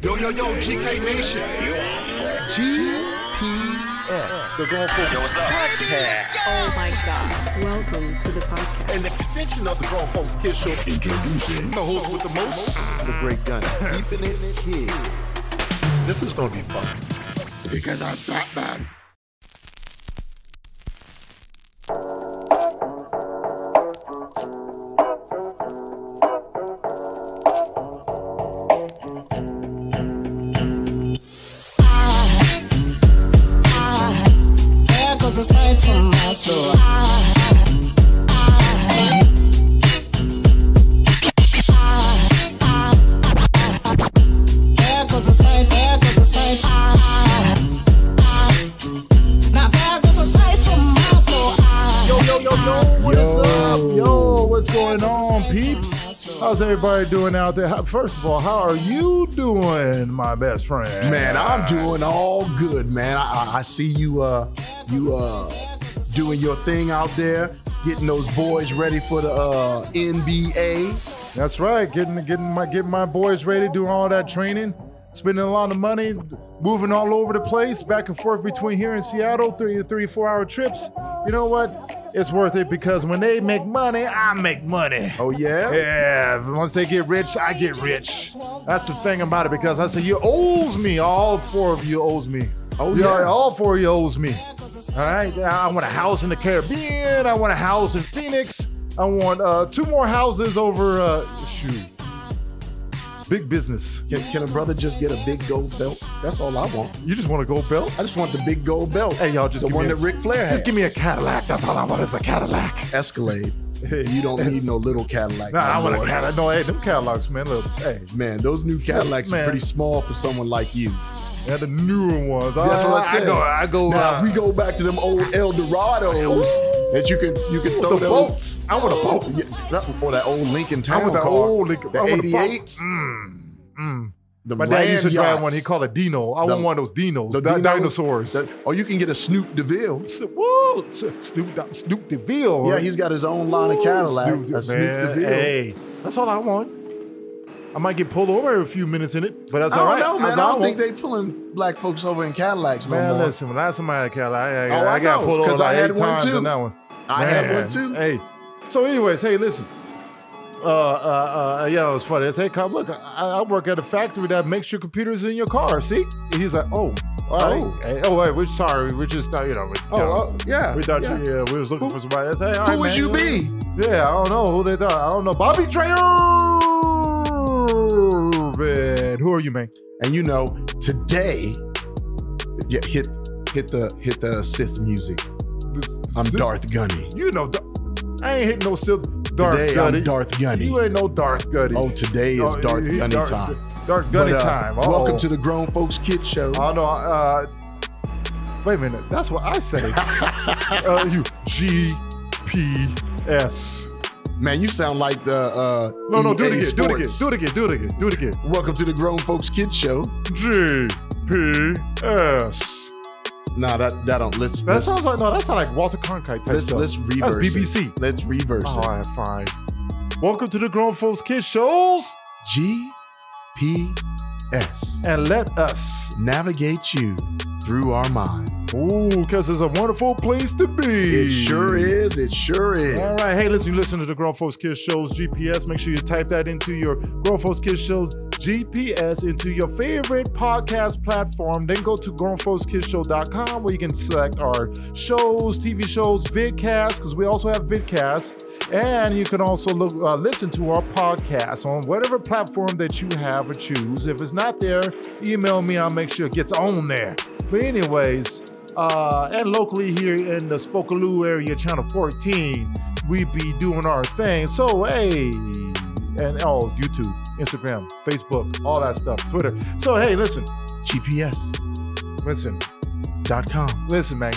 yo, yo, GK Nation. GPS. The Grown Folks Oh my God. Welcome to the podcast. An extension of the Grown Folks Kids Show. Introducing the host with the most. The great gun. Keeping it kid. This is gonna be fun. Because I'm Batman. There goes a sight from my soul. There goes a sight, there goes a sight. Now there goes a sight from my soul. Yo, yo, yo, yo, what is up? Yo, what's going on, peeps? How's everybody doing out there? How- First of all, how are you doing, my best friend? Man, I'm doing all good, man. I, I- I see you, uh, you uh, doing your thing out there, getting those boys ready for the uh, NBA. That's right. Getting getting my getting my boys ready, doing all that training, spending a lot of money, moving all over the place, back and forth between here and Seattle, three to three, four hour trips. You know what? It's worth it because when they make money, I make money. Oh yeah, Yeah, once they get rich, I get rich. That's the thing about it because I say you owes me. All four of you owes me. Oh, You yeah. are- all four of you owes me. All right, I want a house in the Caribbean. I want a house in Phoenix. I want uh, two more houses over. Uh, shoot, big business. Can, can a brother just get a big gold belt? That's all I want. You just want a gold belt? I just want the big gold belt. Hey, y'all, just the give one me a- that Ric Flair had. Just give me a Cadillac. That's all I want is a Cadillac. Escalade. You don't need no little Cadillac. Nah, my I want a lord. Cadillac. No, hey, them Cadillacs, man. Look, hey, Man, those new Cadillacs Man. are pretty small for someone like you. they're the newer ones. I, That's what I I said. go. I go. Now, uh, if we go back to them old El Dorados that you can you can throw the those- boats. I want a boat. Yeah, that, or that old Lincoln Town I want that car. old Lincoln- The I want a boat. Mm, 88s. The My dad land used to drive yachts. one. He called a Dino. I The- want one of those Dinos. The di- Dino- dinosaurs. the- or you can get a Snoop DeVille. S- Whoa, S- Snoop, Do- Snoop DeVille. Yeah, he's got his own line of Ooh, Cadillac. Snoop, a De- Snoop man, DeVille. Hey, that's all I want. I might get pulled over in a few minutes in it, but that's I all don't right. know, man. I That's all don't think want. they pulling black folks over in Cadillacs no Man, more. listen. When last time I had a Cadillac, I, I, Oh, I got know, pulled over 'cause I like had eight one times too. in that one. I had Man, one too. Hey. So, anyways, hey, listen. Uh, uh, uh, yeah, it was funny. I said, hey, cop, look, I, I work at a factory that makes your computers in your car. See? And he's like, oh, all right. Oh. Hey, oh, wait, we're sorry. We're just, uh, you know, we, Oh, oh, yeah. we thought yeah. you, yeah, we was looking Who- for somebody. I said, hey, all Who right, would man. you be? Yeah, I don't know who they thought. I don't know. Bobby Traven. Who are you, man? And you know, today, yeah, hit hit the hit the Sith music. This- I'm this- Darth Gunny. You know, Dar- I ain't hitting no Sith. Darth Today Gutty. I'm Darth Gunny. You ain't no Darth Gutty. Oh, today is Oh, Darth he- Gunny Darth- time. Darth Gunny But, uh, time. Uh-oh. Welcome to the Grown Folks Kid Show. Oh no. Uh, wait a minute. That's what I say. uh, you G P S. Man, you sound like the uh No, no. Do it EA again. Do it again. Sports. Do it again. Do it again. Do it again. Welcome to the Grown Folks Kid Show. G P S. Nah, that that don't let's That let's, sounds like no. That's not like Walter Cronkite type let's, stuff. let's reverse That's it. BBC. Let's reverse All right, fine. Welcome to the Grown Folks Kids Shows, it. G P S. and let us. Navigate you through our mind. Ooh, cause it's a wonderful place to be. It sure is. It sure is. All right, hey, listen, you listen to the Grown Folks Kids Shows GPS. Make sure you type that into your Grown Folks Kids Shows GPS into your favorite podcast platform. Then go to grownfolkskidsshow.com where you can select our shows, TV shows, vidcasts, because we also have vidcasts. And you can also look, uh, listen to our podcast on whatever platform that you have or choose. If it's not there, email me. I'll make sure it gets on there. But anyways, uh, and locally here in the Spokaloo area, Channel 14, we be doing our thing. So hey, and all YouTube, Instagram, Facebook, all that stuff, Twitter. So hey, listen, GPS.com. listen, listen, man,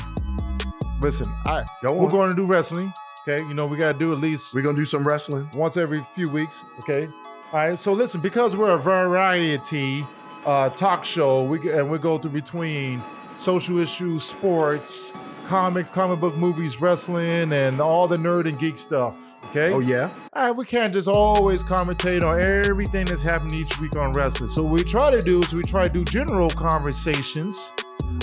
listen. I Go we're on. going to do wrestling. Okay, you know we gotta do at least We're gonna do some wrestling. once every few weeks. Okay. All right. So listen, because we're a variety uh, talk show, we g- and we go through between social issues, sports, comics, comic book movies, wrestling, and all the nerd and geek stuff. Okay. Oh yeah. All right, we can't just always commentate on everything that's happening each week on wrestling. So what we try to do is we try to do general conversations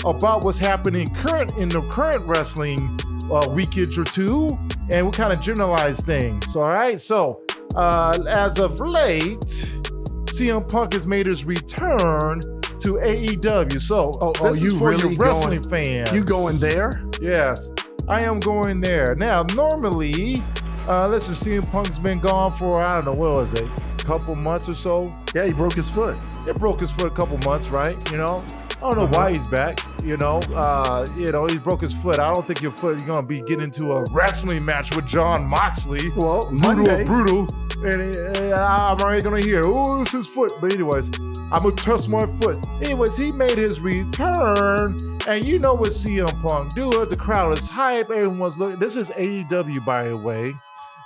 about what's happening current in the current wrestling uh, weekage or two, and we kind of generalize things. All right, so uh, as of late, CM Punk has made his return to AEW. So Oh, oh, this you is for really your wrestling fans. You going there? Yes, I am going there. Now, normally, uh, listen, CM Punk's been gone for, I don't know, what was it, a couple months or so? Yeah, he broke his foot. It broke his foot a couple months, right? You know? I don't know Uh-huh. why he's back. You know, uh, you know, he's broke his foot. I don't think your foot you're gonna be getting into a wrestling match with John Moxley. Well, brutal, Monday. brutal. And uh, I'm already gonna hear, oh, it's his foot. But anyways, I'm gonna test my foot. Anyways, he made his return, and you know what CM Punk do? it. The crowd is hype. Everyone's looking. This is AEW, by the way.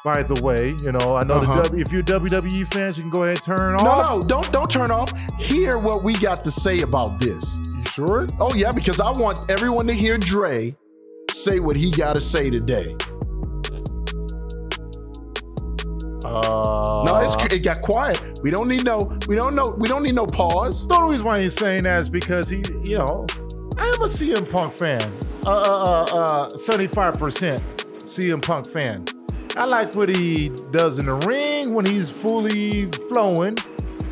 By the way, you know, I know Uh-huh. the w- if you're WWE fans, you can go ahead and turn No, off. no, don't don't turn off. Hear what we got to say about this. You sure? Oh yeah, because I want everyone to hear Dre say what he got to say today. Uh, No, it's, it got quiet. We don't need no. We don't know. We don't need no pause. The only reason why he's saying that is because he, you know, I am a CM Punk fan. Uh, uh, uh, uh, 75% CM Punk fan. I like what he does in the ring when he's fully flowing.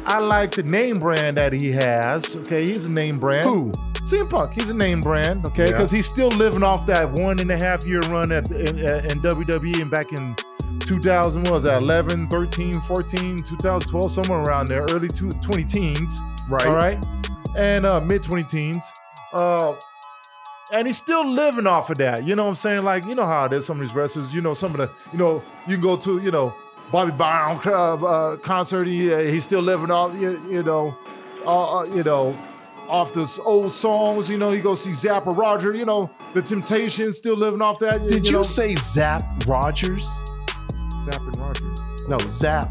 I like the name brand that he has. Okay, he's a name brand. Who? CM Punk. He's a name brand. Okay, Yeah. because he's still living off that one and a half year run at in, uh, in WWE and back in 2000 what was that 11, 13, 14, 2012, somewhere around there, early two, 20 teens. Right. All right. And uh, mid 20 teens. Uh, and he's still living off of that. You know what I'm saying? Like, you know how there's some of these wrestlers, you know, some of the, you know, you can go to, you know, Bobby Brown uh, uh, concert, he, uh, he's still living off, you, you know, uh, uh, you know, off those old songs, you know, you go see Zappa Roger, you know, the Temptations still living off that. Did you, know, say Zap Rogers? Zappa and Rogers? No, Zap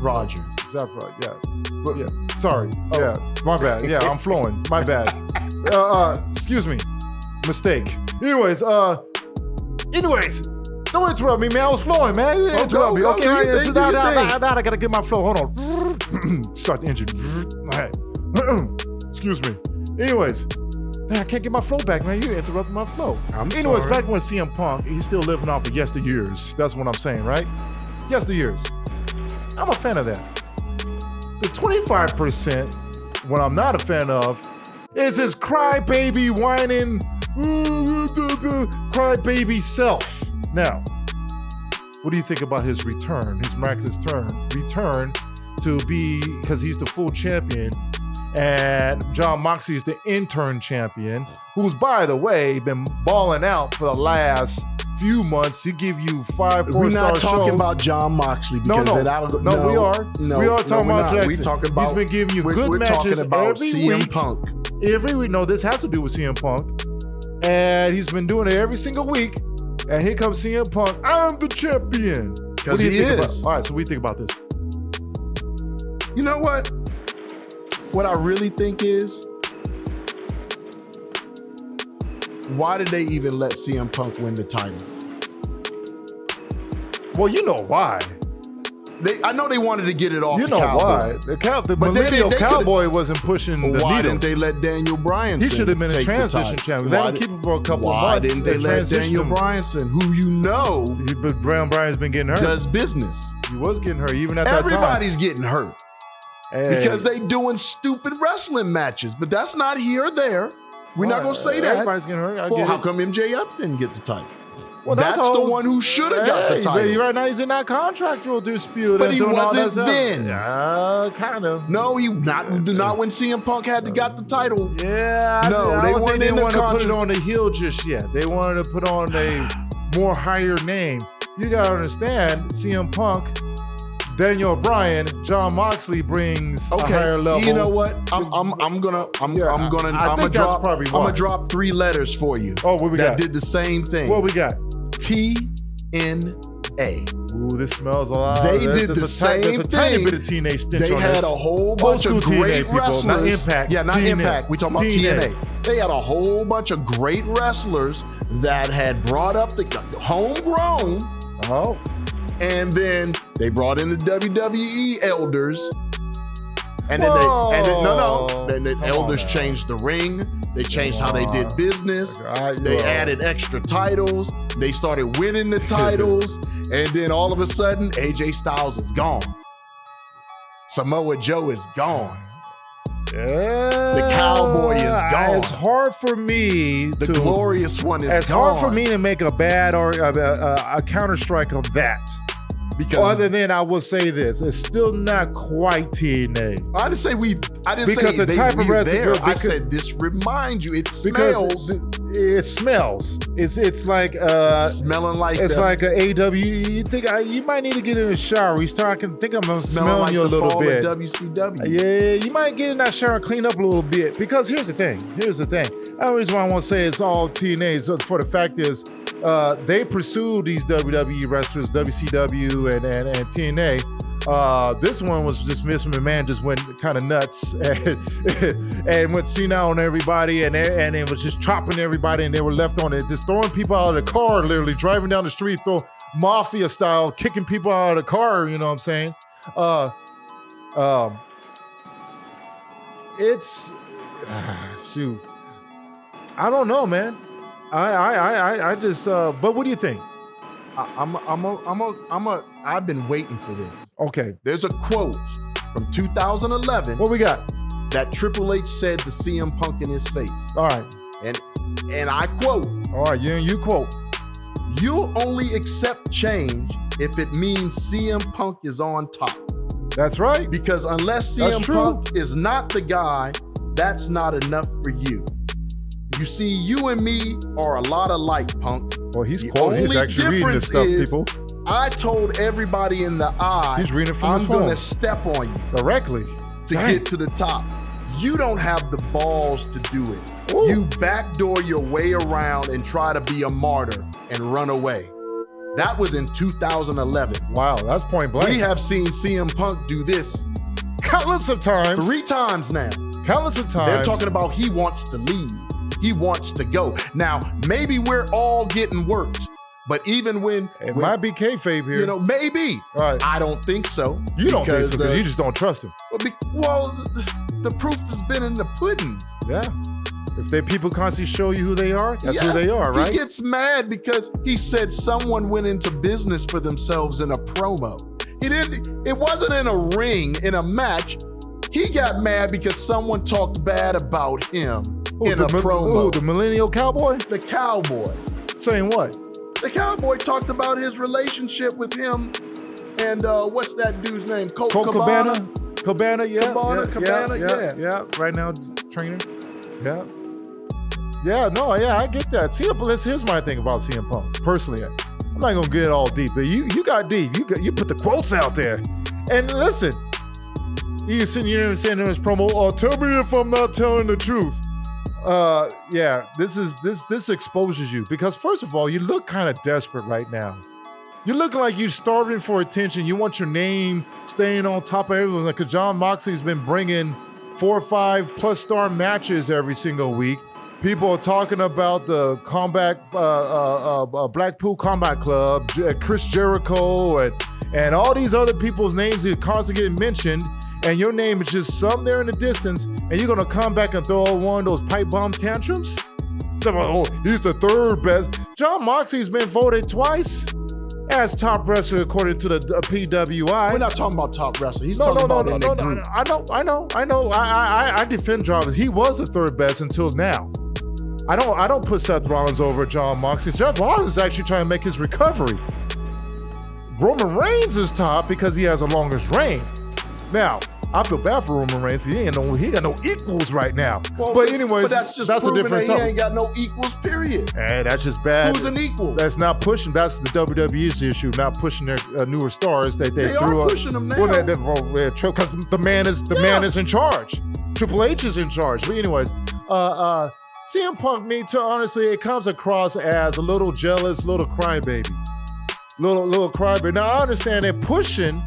Rogers. Zappa, yeah. But- Yeah. Sorry. Oh. Yeah. My bad. Yeah, I'm flowing. My bad. Uh, uh, excuse me. Mistake. Anyways, uh, anyways, don't interrupt me, man. I was flowing, man. You Oh, interrupt go, me. go. okay, Do all right. your thing, so do now, your now, thing. now, now I gotta get my flow. Hold on. Start the engine. All right. excuse me. Anyways. Man, I can't get my flow back, man. You interrupted my flow. I'm Anyways, sorry. back when CM Punk, he's still living off of yesteryears. That's what I'm saying, right? Yesteryears. I'm a fan of that the 25% what I'm not a fan of is his crybaby whining crybaby self. Now, what do you think about his return, his miraculous turn, return to be because he's the full champion and John Moxley is the intern champion, who's by the way been balling out for the last few months. He give you five, four We're not star talking shows. about John Moxley No, because no. that I'll go, No, we are. No, We are talking no, we're about not. We Jackson. talking about. He's been giving you we're, good we're matches talking about every CM week. Punk. every week. No, this has to do with CM Punk, and he's been doing it every single week. And here comes CM Punk. I'm the champion. What 'Cause do you he think is. About? All right, so we think about this. You know what? What I really think is, why did they even let CM Punk win the title? Well, you know why. They, I know they wanted to get it off. you the know Cowboy. why. The, cow, the But they- they- millennial they could've- cowboy wasn't pushing the why needle. didn't they let Daniel Bryan? He should have been a transition champion. Let him keep him for a couple of Why months didn't they and let transition Daniel him? Bryanson, who you know He- but Brown Bryan's been getting hurt. does business? he was getting hurt even at Everybody's getting hurt that time. Hey. because they doing stupid wrestling matches, but that's not here or there. We're not Well, gonna say that. Everybody's getting hurt. I Well, get how it. come MJF didn't get the title? Well, that's a the one who should have got the Hey, title. But right now he's in that contractual dispute. But and he doing all that wasn't stuff. then. Uh, kind of. No, he not not when CM Punk had to got the title. Yeah. I- No, I they don't weren't think they in the wanted to put it contra- on the heel just yet. They wanted to put on a more higher name. You gotta understand, CM Punk, Daniel Bryan, John Moxley brings Okay, a higher level. you know what? I'm I'm, I'm gonna I'm Yeah, I'm gonna I- I am gonna think that's drop probably I'm gonna why. drop three letters for you. Oh, what we that got? did the same thing. What we got? T N A. Ooh, this smells a lot. They There's- there's did the a ti- There's same a tiny thing. bit of teenage stench They on had this. a whole Old bunch school of TNA great people, not wrestlers. Impact, Yeah, not TNA. Impact. We talking about TNA. TNA. They had a whole bunch of great wrestlers that had brought up the homegrown, Oh, and then they brought in the WWE elders. And then they, and then, no, Whoa. no, then the Come on elders now. changed the ring. They changed how they Wow. did business. I- They well, added extra titles. They started winning the titles. and then all of a sudden, AJ Styles is gone. Samoa Joe is gone. the cowboy is gone. Ah, It's hard for me The to. glorious one is it's gone. hard for me to make a bad or a, a, a counter strike of that. because Other than I will say this, it's still not quite TNA. I didn't say we. I didn't Because say the they- type of we wrestling- there. I because- said this reminds you. It Because smells. th- it smells. It's it's like uh, smelling like it's the- like a AW. You think I, you might need to get in the shower. You start I can think I'm smelling, smelling like you a the little fall of bit. WCW. Yeah, you might get in that shower and clean up a little bit. Because here's the thing. Here's the thing. The reason why I want to say it's all TNA is for the fact is uh, they pursued these WWE wrestlers, WCW and, and, and TNA. Uh, this one was just Vince McMahon just went kind of nuts and, and went senile on everybody and they- and it was just chopping everybody and they were left on it, just throwing people out of the car, literally driving down the street, throw mafia style, kicking people out of the car. You know what I'm saying? Uh, um, it's shoot. I don't know, man. I I I I- I just. Uh, but what do you think? I, I'm. A, I'm. A, I'm. A, I'm. A, I've been waiting for this. Okay, There's a quote from 2011 what we got? that Triple H said to CM Punk in his face, All right, and and I quote: all right. You you quote. "You'll only accept change if it means CM Punk is on top." That's right. Because unless That's CM true. Punk is not the guy, that's not enough for you. You see, you and me are a lot alike, Punk. Well, he's The quoting. He's only actually reading this stuff, difference is- people, I told everybody in the eye, He's reading it from I'm his phone. gonna step on you directly. to Dang. get to the top. You don't have the balls to do it. Ooh. You backdoor your way around and try to be a martyr and run away. That was in 2011. Wow, that's point blank. We have seen CM Punk do this countless of times. three times now. countless of times. They're talking about he wants to leave. He wants to go. Now, maybe we're all getting worked, but even when, It when- might be kayfabe here. you know, maybe. all right. I don't think so. You don't think because uh, so because the- you just don't trust him. well, be- well, the, the proof has been in the pudding. Yeah. If they people constantly show you who they are, that's Yeah, who they are, right? He gets mad because he said someone went into business for themselves in a promo. He didn't. It wasn't in a ring in a match. He got mad because someone talked bad about him Who, in the a mi- promo. who, the millennial cowboy the cowboy. saying what? The cowboy talked about his relationship with him and uh, what's that dude's name? Colt, Colt Cabana. Cabana. Cabana, yeah. Cabana, yeah, Cabana, yeah, yeah. Right now, trainer. Yeah. Yeah, no, yeah, I get that. CM, Punk- let's, here's my thing about CM Punk. Personally, I'm not gonna get all deep. But you you got deep. You got, you put the quotes out there. And listen, you sitting here saying in his promo, oh, tell me if I'm not telling the truth. Uh yeah, this is this this exposes you because first of all, you look kind of desperate right now. You look like you're starving for attention. You want your name staying on top of everyone. Like, 'cause John Moxley's been bringing four or five plus star matches every single week. People are talking about the combat, uh, uh, uh, uh, Blackpool Combat Club, J- uh, Chris Jericho, and and all these other people's names are constantly getting mentioned. And your name is just some there in the distance, and you're gonna come back and throw one of those pipe bomb tantrums? Talking about, Oh, he's the third best. John Moxley's been voted twice as top wrestler according to the uh, PWI. We're not talking about top wrestler. He's no, no, talking no, about no, in no, the no, group. I know, I know, I know. I, I, I- I defend John. He was the third best until now. I don't, I don't put Seth Rollins over John Moxley. Seth Rollins is actually trying to make his recovery. Roman Reigns is top because he has the longest reign. Now, I feel bad for Roman Reigns. He ain't no, he got no equals right now. Well, but anyways, but that's just that's a proving different that he topic. ain't got no equals. Period. Hey, that's just bad. Who's an equal? That's not pushing. That's the WWE's issue, not pushing their uh, newer stars that they, They are threw up. pushing them now. Well, they, they, well, yeah, true, 'cause the man is the man Yeah. is in charge. Triple H is in charge. But anyways, uh, uh, CM Punk, me too. Honestly, it comes across as a little jealous, little crybaby, little little crybaby. Now I understand they're pushing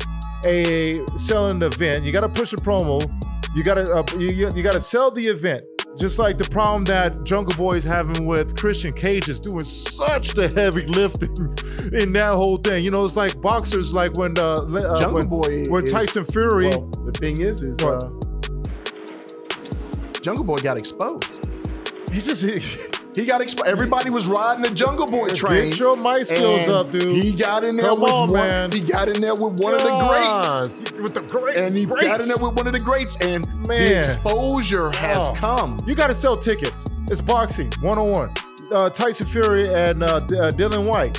a selling the event. You got to push a promo. You got to uh, you, you, you got to sell the event. Just like the problem that Jungle Boy is having with Christian Cage is doing such the heavy lifting in that whole thing. You know, it's like boxers, like when uh, le- uh, Jungle when, Boy when is- Tyson Fury. Well, the thing is, is What? uh, Jungle Boy got exposed. he just he, He got exposed. Everybody was riding the Jungle Boy train. Get your mic skills and up, dude. He got in there Come with on, one. man. He got in there with one of the greats. Yes, with the great And he greats. got in there with one of the greats. And Man. the exposure has Oh. come. You got to sell tickets. It's boxing, one on one. Tyson Fury and uh, D- uh, Dylan White.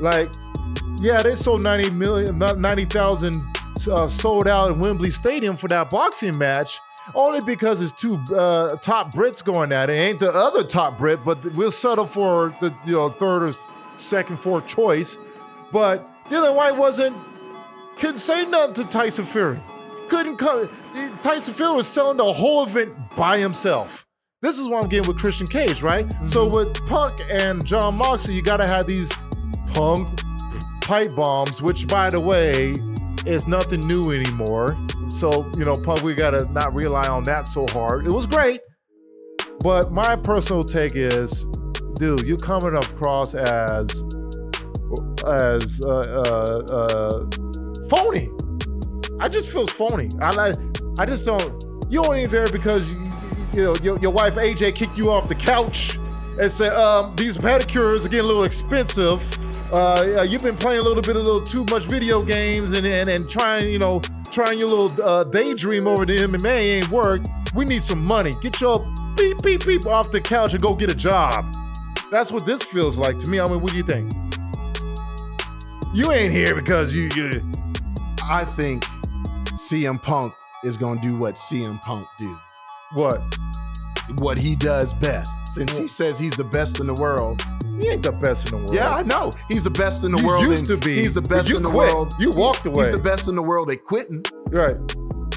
Like, yeah, they sold 90 million, not 90,000 uh, sold out in Wembley Stadium for that boxing match. Only because it's two uh, top Brits going at it. Ain't the other top Brit, but th- we'll settle for the you know third or second, fourth choice. But Dylan White wasn't couldn't say nothing to Tyson Fury. Couldn't come. Tyson Fury was selling the whole event by himself. This is what I'm getting with Christian Cage, right? So with Punk and John Moxley, you gotta have these Punk pipe bombs, which by the way is nothing new anymore. So you know, Punk, we gotta not rely on that so hard. It was great, but my personal take is, dude, you coming across as as uh, uh, uh, phony. I just feel phony. I like. I just don't. You only there because you, you know your, your wife AJ kicked you off the couch and said, um, "These pedicures are getting a little expensive. Uh, uh, you've been playing a little bit, a little too much video games, and and, and trying, you know, trying your little uh, daydream over the MMA ain't worked. We need some money. Get your beep beep beep off the couch and go get a job. That's what this feels like to me. I mean, what do you think? You ain't here because you you." I think CM Punk is going to do what CM Punk do. What? What he does best. Since he says he's the best in the world. He ain't the best in the world. Yeah, I know. He's the best in the You world. used in- to be, He's the but best you in the quit. world. You walked away. He's the best in the world at quitting. right.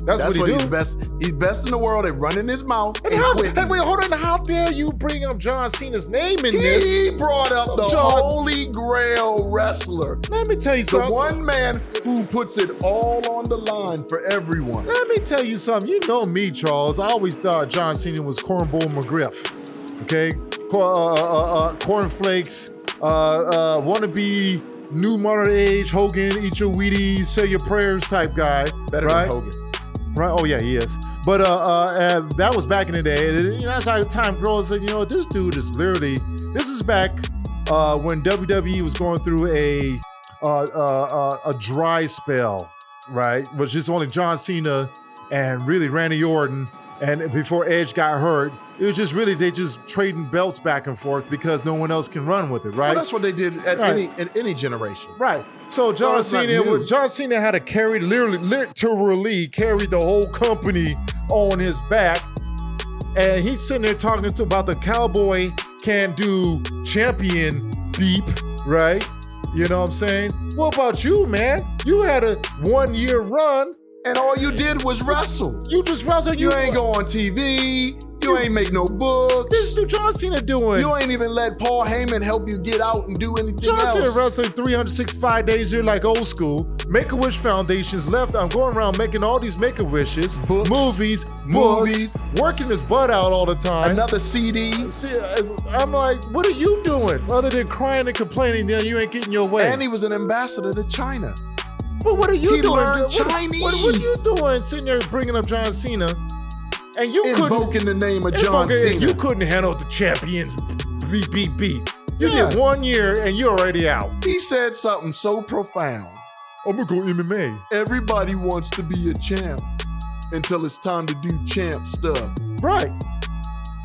That's, That's, what he what, do. he's best. He's best in the world at running his mouth and, And how, quitting. hey, wait, hold on. How dare you bring up John Cena's name in this? He brought up the John- holy grail wrestler. Let me tell you The something. one man who puts it all on the line for everyone. Let me tell you something. You know me, Charles. I always thought John Cena was Cornball McGriff. Okay, Cor- uh, uh, uh, cornflakes, uh, uh, wannabe new modern age Hogan, eat your Wheaties, say your prayers type guy. Better right? than Hogan. Right? Oh yeah, he is. But uh, uh, uh that was back in the day. And, you know, that's how time grows. And you know, this dude is literally. This is back uh, when WWE was going through a uh, uh, uh, a dry spell, right? Which is only John Cena and really Randy Orton, and before Edge got hurt. It was just really they just trading belts back and forth because no one else can run with it, Well, right? that's what they did at Right. any at any generation. Right. So John it's not Cena, new. was, John Cena had to carry literally, literally carried the whole company on his back, and he's sitting there talking to about the cowboy can do champion beep, right? You know what I'm saying? What about you, man? You had a one year run. And all you did was wrestle. You just wrestled. You ain't go on TV. You ain't make no This books. is what John Cena doing. You ain't even let Paul Heyman help you get out and do anything John else. Cena wrestling 365 days a year like old school. Make a Wish Foundation's left. I'm going around making all these Make a Wishes, Books. movies, Movies. movies, working his butt out all the time. Another CD. See, I- I'm like, what are you doing other than crying and complaining? Then you ain't getting your way. And he was an ambassador to China. but what are you he doing? learned What- What, what, are you Chinese. doing sitting there bringing up John Cena? And you couldn't. Invoking the name of John Fucker, Cena. You couldn't handle the champions. Beep beep beep. You Yeah. get one year and you're already out. He said something so profound. I'm gonna go MMA. Everybody wants to be a champ until it's time to do champ stuff. Right.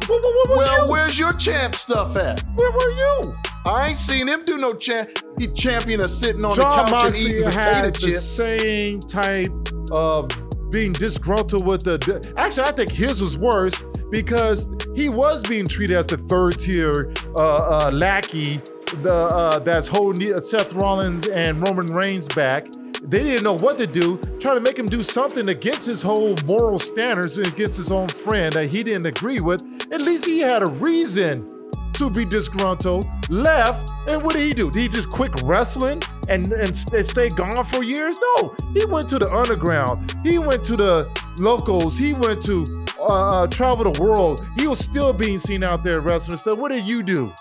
Where, where, where, Well, you? where's your champ stuff at? Where were you? I ain't seen him do no champ. He champion of sitting on John the couch and Moxley eating potato had the chips. same type of being disgruntled with the. Actually, I think his was worse because he was being treated as the third tier uh, uh, lackey the, uh, that's holding Seth Rollins and Roman Reigns back. They didn't know what to do, trying to make him do something against his whole moral standards and against his own friend that he didn't agree with. At least he had a reason to be disgruntled, left, and what did he do? Did he just quit wrestling and, and, s- and stay gone for years? No, he went to the underground. He went to the locals. He went to uh, uh, travel the world. He was still being seen out there wrestling stuff. What did you do?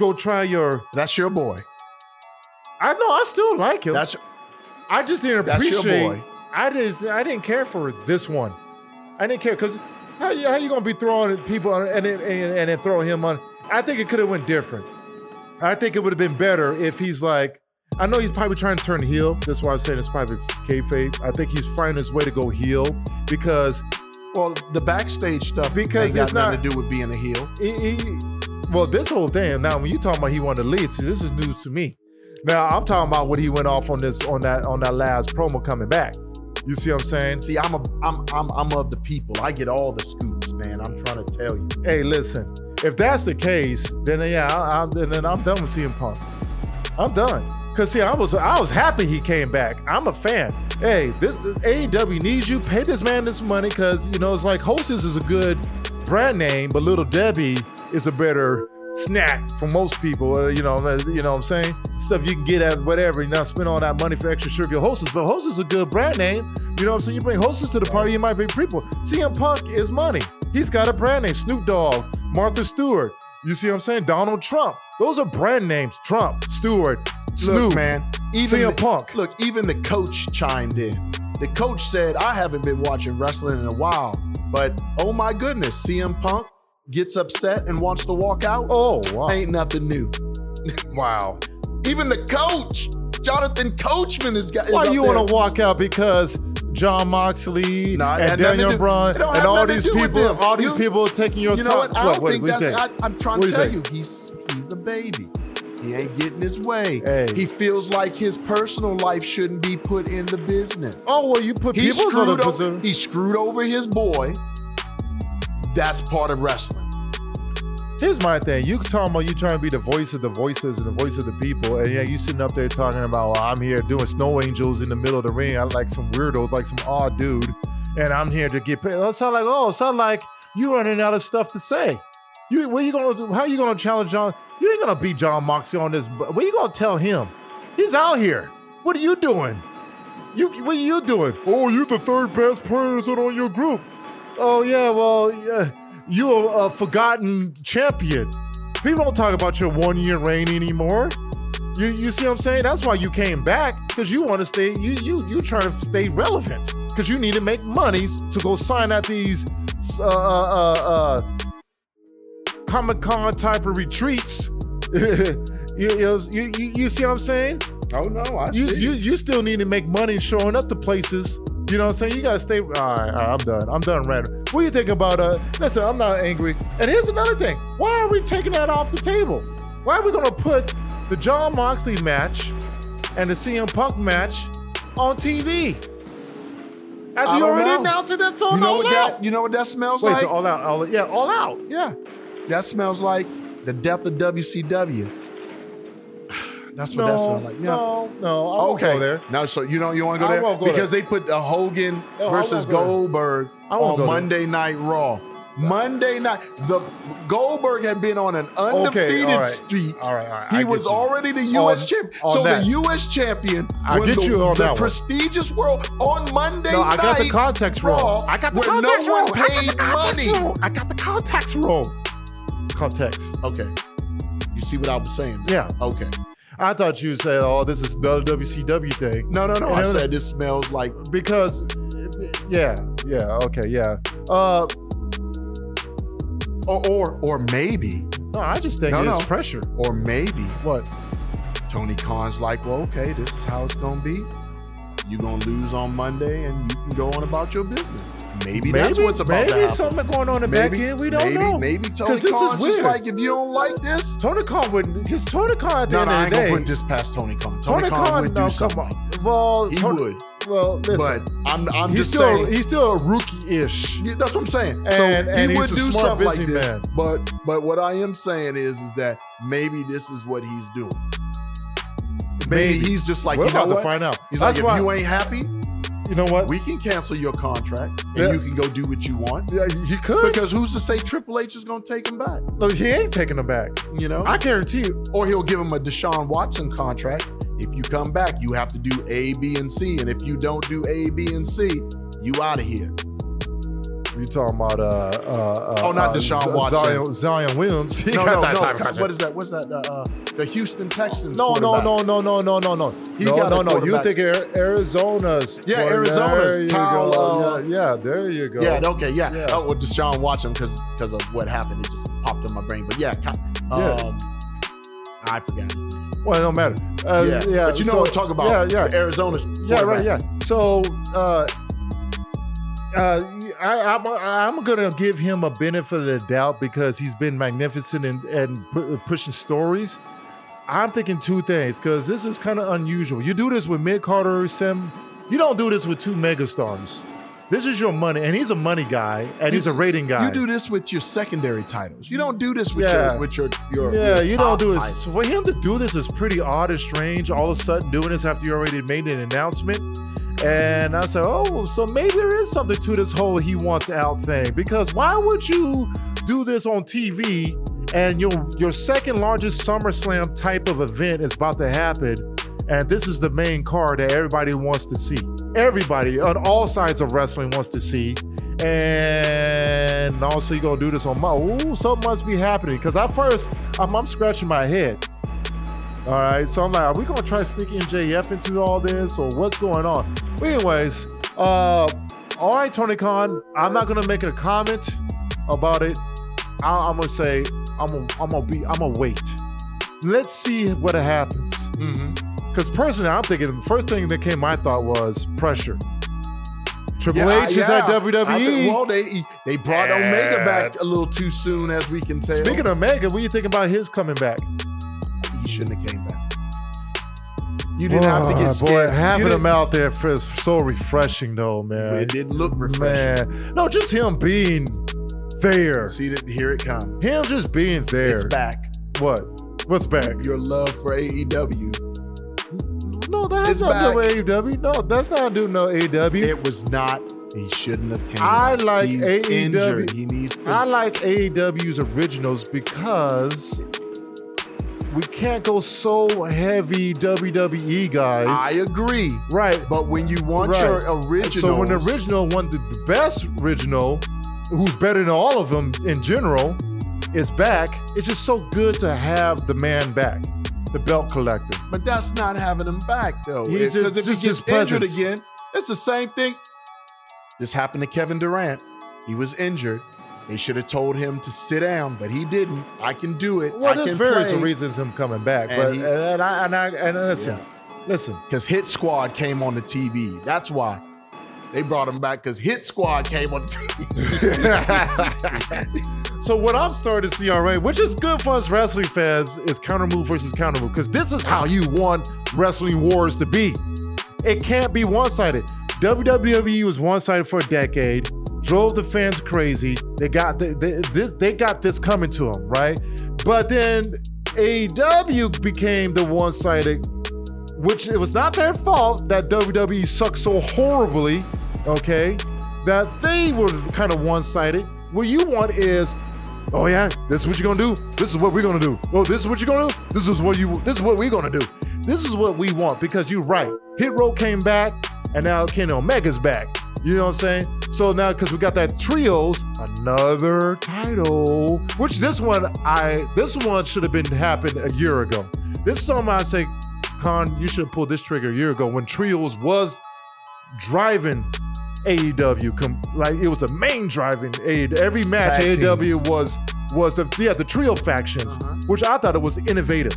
Go try your. That's your boy. I know. I still like him. That's I just didn't That's your appreciate. boy. I just I didn't care for this one. I didn't care because how you, how you gonna be throwing at people on- and then- and, and then throw him on? I think it could have went different. I think it would have been better if he's like. I know he's probably trying to turn heel. That's why I'm saying it's probably kayfabe. I think he's finding his way to go heel because well the backstage stuff Because ain't got it's nothing not- to do with being a heel. he, he- well, this whole thing. Now, when you talking about he wanted to lead, see, this is news to me. Now, I'm talking about what he went off on this on that on that last promo coming back. You see what I'm saying? See, I'm a I'm I'm I'm of the people. I get all the scoops, man. I'm trying to tell you. hey, listen, if that's the case, then yeah, I, I'm, then, then I'm done with CM Punk. I'm done. Cause see, I was I was happy he came back. I'm a fan. Hey, this AEW needs you. Pay this man this money, cause you know it's like Hostess is a good brand name, but Little Debbie is a better snack for most people. Uh, you know, uh, you know what I'm saying stuff you can get at whatever. You not spend all that money for extra sugar. Hostess, but Hostess is a good brand name. You know what I'm saying? You bring Hostess to the party, you might be people. CM Punk is money. He's got a brand name. Snoop Dogg, Martha Stewart. You see what I'm saying? Donald Trump. Those are brand names. Trump, Stewart, Snoop, Look, man. Even CM the- Punk. Look, even the coach chimed in. The coach said, "I haven't been watching wrestling in a while, but oh my goodness, CM Punk gets upset and wants to walk out. Oh, wow. Ain't nothing new. wow. Even the coach, Jonathan Coachman, has got. is Why up you there. want to walk out because John Moxley Nah, and it had nothing to Daniel do- Bryan it don't and have all nothing to these do with people, them. all these You- people taking your You know top? what? I don't think what you that's. think? I, I'm trying What to you tell think? you, he's he's a baby. He ain't getting his way. Hey. He feels like his personal life shouldn't be put in the business. Oh well, you put He people on the screwed, over, position. he screwed over his boy. That's part of wrestling. Here's my thing. You talking about you trying to be the voice of the voices and the voice of the people, and yeah, you sitting up there talking about well, I'm here doing snow angels in the middle of the ring. I like some weirdos, like some odd dude, and I'm here to get paid. It sound like oh, it sound like you running out of stuff to say. You where you gonna how you gonna challenge John? You ain't gonna beat John Moxley on this. but What you gonna tell him? He's out here. What are you doing? You what are you doing? Oh, you the third best person on your group. Oh yeah, well yeah, you a, a forgotten champion. People don't talk about your one year reign anymore. You you see what I'm saying? That's why you came back because you want to stay. You you you trying to stay relevant because you need to make monies to go sign at these uh, uh, uh, Comic Con type of retreats. you, you, you, you see what I'm saying? Oh no, I you, you you still need to make money showing up to places. You know what I'm saying? You gotta stay. All right, all right I'm done. I'm done ranting. What do you think about uh? Listen, I'm not angry. And here's another thing. Why are we taking that off the table? Why are we gonna put the John Moxley match and the CM Punk match on TV? After I you don't already know. announced it, that's on You know all what out. that you know what that smells Wait, like? so all out, all yeah, all out. yeah. That smells like the death of WCW. That's what that No, smells like. Yeah. no, no. I won't Oh, okay. go there. Now so you don't you want to go I there? won't go because they put the Hogan No, I versus won't go there. Goldberg I won't go on there. Monday Night Raw. Monday night, the Goldberg had been on an undefeated all right. streak. All right, all right, he I get was you. already the U.S. On- champion. on So that. the U.S. champion I won get the, you on the that one. prestigious world on Monday No, night. I got the context Raw, wrong. I got the where context no wrong. one I got Paid the context money. wrong. I got the context wrong. Context. Okay, you see what I was saying? Yeah. Okay. I thought you said, "Oh, this is the WCW thing." No, no, no. And it I was- said this smells like because, yeah, yeah, okay, yeah. Uh, or or or maybe no, I just think No, it's no. pressure. or maybe What? Tony Khan's like, well, okay, this is how it's gonna be. You're gonna lose on Monday, and you can go on about your business. Maybe, that's what's about maybe to happen. something going on in the back end. We don't maybe, know. Maybe Tony 'Cause this is Khan's just weird. like, if you don't like this, Tony Khan wouldn't, because Tony Khan at the no, end no, I of ain't gonna the put day, this past Tony Khan. Tony, Tony Khan, Khan, would no, do something. come on. like that. Well, He Tony- would. Well, listen, But I'm, I'm he's just still saying. he's still a rookie-ish. Yeah, that's what I'm saying. And- so and he he's would a do smart something like this, businessman. but but what I am saying is is that maybe this is what he's doing. Maybe, Maybe. he's just like We're you know about to what? find out. He's That's like, why- if you ain't happy, You know what? we can cancel your contract and Yeah. you can go do what you want. Yeah, he could. Because who's to say Triple H is gonna take him back? No, he ain't taking them back. You know, I guarantee you. or he'll give him a Deshaun Watson contract. If you come back, you have to do A, B, and C, and if you don't do A, B, and C, you out of here. You talking about uh, uh, uh Oh, not uh, Deshaun Z- Watson. Zion, Zion Williams? He No, got no, that no. type of contract. What is that? What's that? Uh, uh, the Houston Texans. No, no, quarterback. no, no, no, no, no, no. He no, got no, a no. You quarterback. think Ar- Arizona's? Yeah, one. Arizona's. There you Kyle, go. uh, yeah, yeah, there you go. Yeah. Okay. Yeah. Yeah. Oh, well, Deshaun Watson because because of what happened, it just popped in my brain. But yeah, Ky- Yeah. um, I forgot. his name. Well, it don't matter. Uh, yeah. yeah. But you know so- what I'm talking about? Yeah, yeah. Arizona's. Yeah, right. quarterback. Yeah. So, uh, uh, I, I'm, I'm gonna give him a benefit of the doubt because he's been magnificent and and pu- uh, pushing stories. I'm thinking two things because this is kind of unusual. You do this with mid Carter Sim. You don't do this with two megastars. This is your money, and he's a money guy, and he's a rating guy. You do this with your secondary titles. You don't do this with Yeah. your with your your Yeah, your you don't top do it. title. So for him to do this is pretty odd and strange. All of a sudden, doing this after you already made an announcement, and I said, "Oh, so maybe there is something to this whole he wants out thing." Because why would you do this on TV? And your your second largest SummerSlam type of event is about to happen, and this is the main card that everybody wants to see. Everybody on all sides of wrestling wants to see. And also, you're gonna do this on my. Ooh, something must be happening. Cause at first, I'm, I'm scratching my head. All right, so I'm like, are we gonna try to sneak MJF into all this, or what's going on? But anyways, uh, all right, Tony Khan, I'm not gonna make a comment about it. I, I'm gonna say I'm gonna, I'm gonna be I'm gonna wait. Let's see what happens. Because personally, I'm thinking the first thing that came my thought was pressure. Triple Yeah, H is yeah. at E. WWE. I think- well, they they brought Omega back a little too soon, as we can tell. Speaking of Omega, what do you think about his coming back? he shouldn't have came back. You didn't have to Ah, get boy, scared. having You him didn't- out there for is so refreshing, though, man. It didn't look refreshing. man, no, just him being there. See that? Here it comes. Him just being there. It's back. What? What's back? Your love for E AEW. No, that's It's not back. do AEW. No, that's not do no E AEW. It was not. He shouldn't have came. I back. like He's AEW. Injured. He needs to. I like AEW's originals because we can't go so heavy WWE guys. I agree. right, But when you want Right. your original, So when the original one, the, the best original, who's better than all of them in general, is back. It's just so good to have the man back, the belt collector. But that's not having him back though. He It- 'cause just- if just he his gets injured presence. again, it's the same thing. This happened to Kevin Durant. He was injured. They should have told him to sit down, but he didn't. I can do it. Well, I there's can various play. reasons him coming back, And but he- and, and I and I and listen, listen. Because Hit Squad came on the TV. That's why they brought him back. Because Hit Squad came on the TV. So what I'm starting to see already, which is good for us wrestling fans, is counter move versus counter move because this is how you want wrestling wars to be. It can't be one sided. WWE E was one sided for a decade, drove the fans crazy. They got the, they, this, they got this coming to them, right? But then AEW became the one sided, which it was not their fault that WWE sucked so horribly, okay? That they were kind of one sided. What you want is Oh yeah, this is what you're gonna do. This is what we're gonna do. Oh, this is what you're gonna do. This is what you. This is what we're gonna do. This is what we want because you're right. Hit Row came back, and now Kenny Omega's back. You know what I'm saying? So now, because we got that trios, another title. Which this one, I this one should have been happened a year ago. This is something I say, Khan, you should have pulled this trigger a year ago when trios was driving AEW. Com- like it was the main driving AEW. Every match Tag AEW was was the yeah the trio factions, which I thought it was innovative.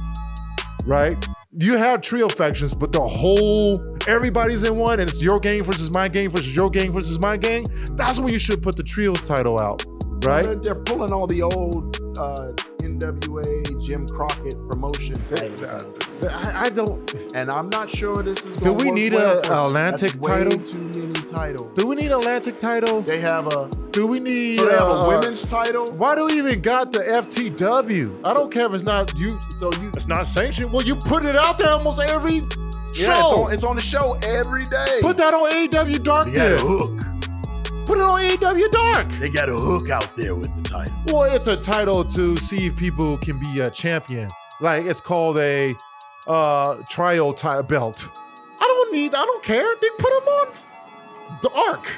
Right? You have trio factions, but the whole everybody's in one, and it's your gang versus my gang versus your gang versus my gang. That's when you should put the trios title out, right? they're, they're pulling all the old uh, NWA Jim Crockett promotion titles out. I, I don't. and I'm not sure this is. Do gonna we work need well a for them. Atlantic That's way title? Too many titles. Do we need Atlantic title? They have a. Do we need? So they have a uh, women's title. Why do we even got the FTW? I don't care if it's not you. So you. It's not sanctioned. Well, you put it out there almost every show. Yeah, it's, on, it's on the show every day. Put that on AEW Dark then. hook. Put it on AEW Dark. They got a hook out there with the title. Well, it's a title to see if people can be a champion. Like it's called a uh trial ti- belt. I don't need. I don't care. They put them on Dark.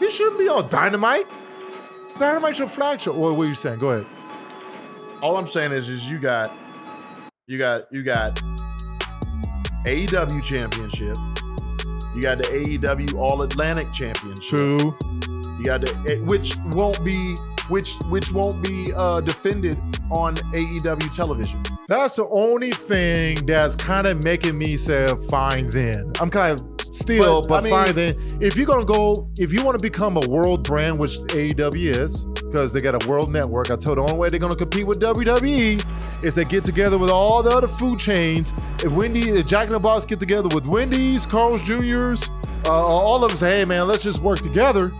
He shouldn't be on Dynamite. Dynamite's your flagship. What, what are you saying? Go ahead. All I'm saying is, is you got, you got, you got AEW championship. You got the AEW All Atlantic Championship. True. You got the eh, which won't be which which won't be uh, defended on AEW television. That's the only thing that's kind of making me say, fine then. I'm kind of still, But, I but, mean- fine then. If you're going to go, if you want to become a world brand, which AEW is, because they got a world network, I told the only way they're going to compete with WWE is they get together with all the other food chains. If Wendy, if Jack in the Box get together with Wendy's, Carl's Jr.'s, uh, all of them say, hey man, let's just work together.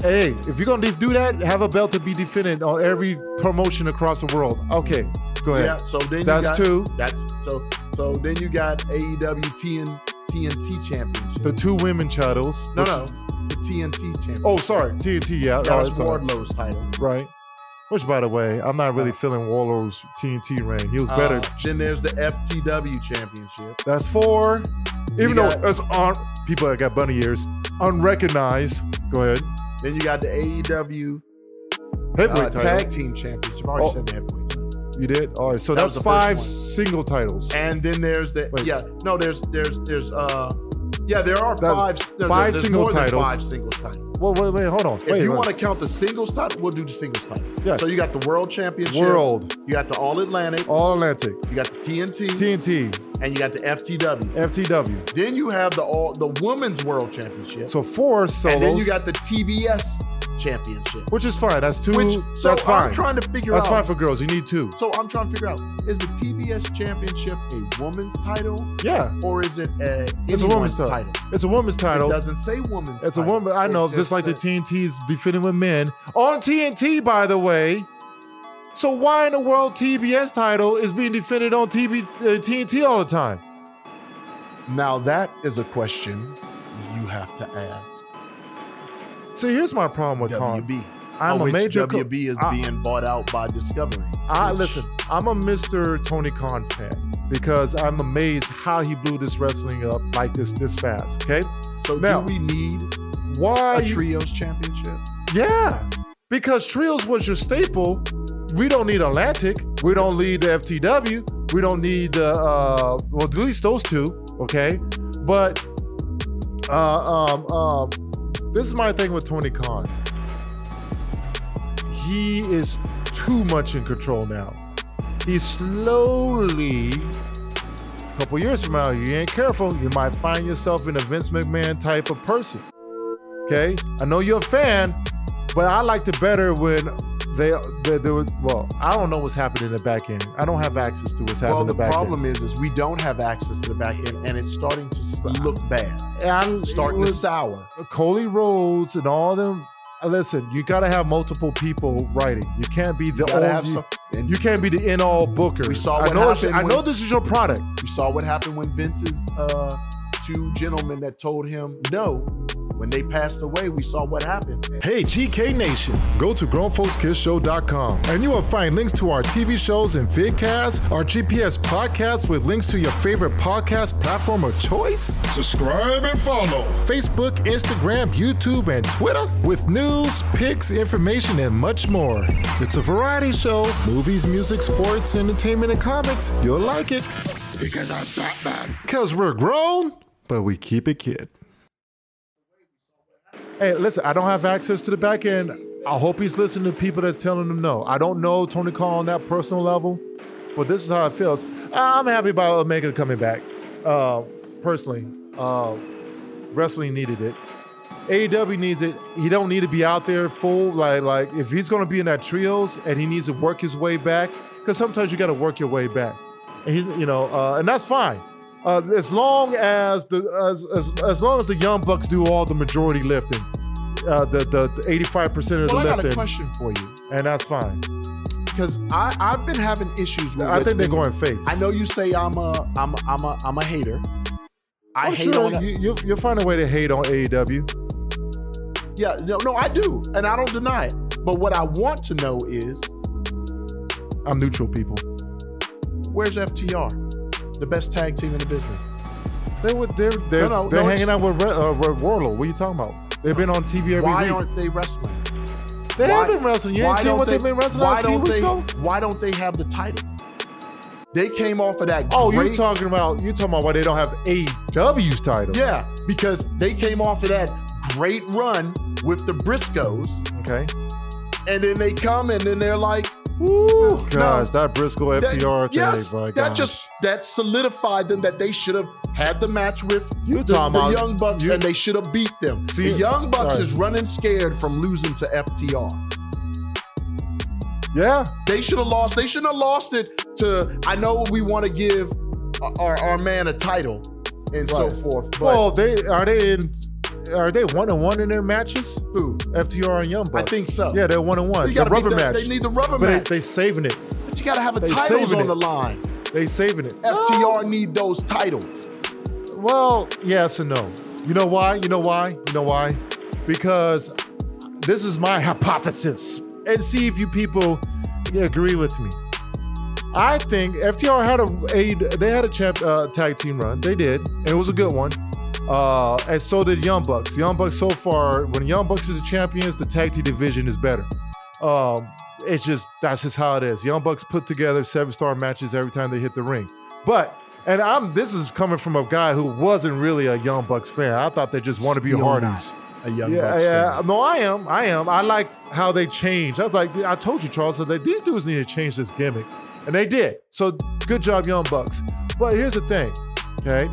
Hey, if you're going to do that, have a belt to be defended on every promotion across the world. Okay, go ahead. Yeah. So then That's you got, two. That's so so then you got E AEW TN, TNT Championship. The two women titles. no, which- no, the TNT Championship. Oh, sorry. TNT, yeah. yeah, all right, that's sorry. Wardlow's title. Right. Which, by the way, I'm not really feeling Warlow's TNT reign. He was better. Uh, then there's the FTW Championship. That's four. Even though got- it's on people that got bunny ears, unrecognized. Go ahead. Then you got the AEW Heavyweight uh, title. Tag Team Championship. I already Oh. said the heavyweight title. You did. All right. So That was that's the first five one. single titles. and then there's the Wait. yeah no there's there's there's uh yeah there are That- five there- there- five there's single more than titles. five singles titles Well, wait, wait, hold on. if wait, you wait. want to count the singles title we'll do the singles title Yeah. so you got the world championship World, you got the all atlantic All Atlantic, you got the TNT, TNT, and you got the FTW FTW. then you have the all the women's world championship So four solos. and then you got the TBS championship which is fine. That's two. which so that's fine. I'm trying to figure that's out fine for girls. You need two. so I'm trying to figure out is the TBS championship a woman's title Yeah. or is it a It's a woman's anyone's title. title? It's a woman's It title. doesn't say woman's. It's a title. woman. I It know, just, like the says- TNT's defending with men on TNT, by the way. So why in the world TBS title is being defended on TV, uh, TNT all the time? Now that is a question you have to ask. See, here's my problem with Khan. WB. I'm Oh, a which major co- WB is I- being bought out by Discovery. I which- listen. I'm a Mr. Tony Khan fan because I'm amazed how he blew this wrestling up like this this fast. Okay, So now- do we need why? a you- trios championship? Yeah, because trios was your staple. We don't need Atlantic. We don't need the FTW. We don't need the uh, well, at least those two. Okay, but uh, um, um, this is my thing with Tony Khan. He is too much in control now. He's slowly. A couple years from now, you ain't careful, you might find yourself in a Vince McMahon type of person. Okay, I know you're a fan, but I liked it better when they there, there was well, I don't know what's happening in the back end. I don't have access to what's happening Well, in the the back problem is, is we don't have access to the back end, and it's starting to s- look bad. end. And I- Starting it to was- sour. Coley Rhodes and all them. Listen, you gotta have multiple people writing. You can't be the You gotta only. have some. And you can't be the end all booker. We saw I what know, it's- happened I know when- this is your product. We saw what happened when Vince's uh, two gentlemen that told him no, when they passed away, we saw what happened. Hey, GK Nation, go to grownfolkskidsshow.com and you will find links to our TV shows and vidcasts, our GPS podcasts with links to your favorite podcast platform of choice, Subscribe and follow. Facebook, Instagram, YouTube, and Twitter with news, pics, information, and much more. It's a variety show, movies, music, sports, entertainment, and comics. You'll like it Because I'm Batman. because we're grown, but we keep it kid. Hey, listen, I don't have access to the back end. I hope he's listening to people that's telling him no. I don't know Tony Khan on that personal level, but this is how it feels. I'm happy about Omega coming back. Uh, personally, uh, wrestling needed it. AEW needs it. He don't need to be out there full. Like, like if he's gonna be in that trios and he needs to work his way back, because sometimes you gotta work your way back. And he's, you know, uh, and that's fine. Uh, as long as the as, as as long as the young bucks do all the majority lifting, uh, the the eighty five percent of the Well, I got a lifting, question for you and that's fine. because I I've been having issues with. I what's think they're been- going face. I know you say I'm a I'm a, I'm a I'm a hater. I Oh, hate sure. on it. you, you'll, you'll find a E way to hate on AEW. Yeah, no, no, I do, and I don't deny it. But what I want to know is I'm neutral, people. where's FTR, the best tag team in the business? They would they're they're, No, no, they're no, hanging it's- out with Re- uh, Re- Warlow. What are you talking about? They've been on TV every why week. aren't they wrestling? they why, have been wrestling. You ain't why seen don't what they, have been wrestling why a few don't weeks they- ago? Why don't they have the title? They came off of that. Oh, great, you talking about you talking about why they don't have E AEW's title? Yeah, because they came off of that great run with the Briscoes, Okay. and then they come and then they're like, Ooh, Oh, gosh, that Briscoe that- FTR thing. yes, my that gosh. just that solidified them that they should have had the match with You the, talking the about- Young Bucks, you- and they should have beat them. See, the Young Bucks alright. is running scared from losing to FTR. yeah. They should have lost. They shouldn't have lost it to. I know we want to give our, our man a title and Right. so forth, but Well, they are they in are they one and one in their matches? who? FTR and Young Bucks. think so. Yeah, they're one and one. You The gotta beat rubber them. match. They need the rubber but match. They, they saving it. but you got to have the they titles saving on it. the line. They saving it. FTR need those titles. Well, yes and no. You know why? You know why? You know why? Because this is my hypothesis. And see if you people agree with me. I think FTR had a, a they had a champ, uh, tag team run. They did, and it was a good one. Uh, and so did Young Bucks. Young Bucks so far, when Young Bucks is the champions, the tag team division is better. Um, it's just that's just how it is. Young Bucks put together seven star matches every time they hit the ring. But and I'm this is coming from a guy who wasn't really a Young Bucks fan. I thought they just want to be Still not Hardys. A young Yeah, Bucks yeah. fan. No, I am. I am. I like how they changed. I was like, I told you, Charles, I was like, these dudes need to change this gimmick. And they did. So good job, Young Bucks. But here's the thing, okay?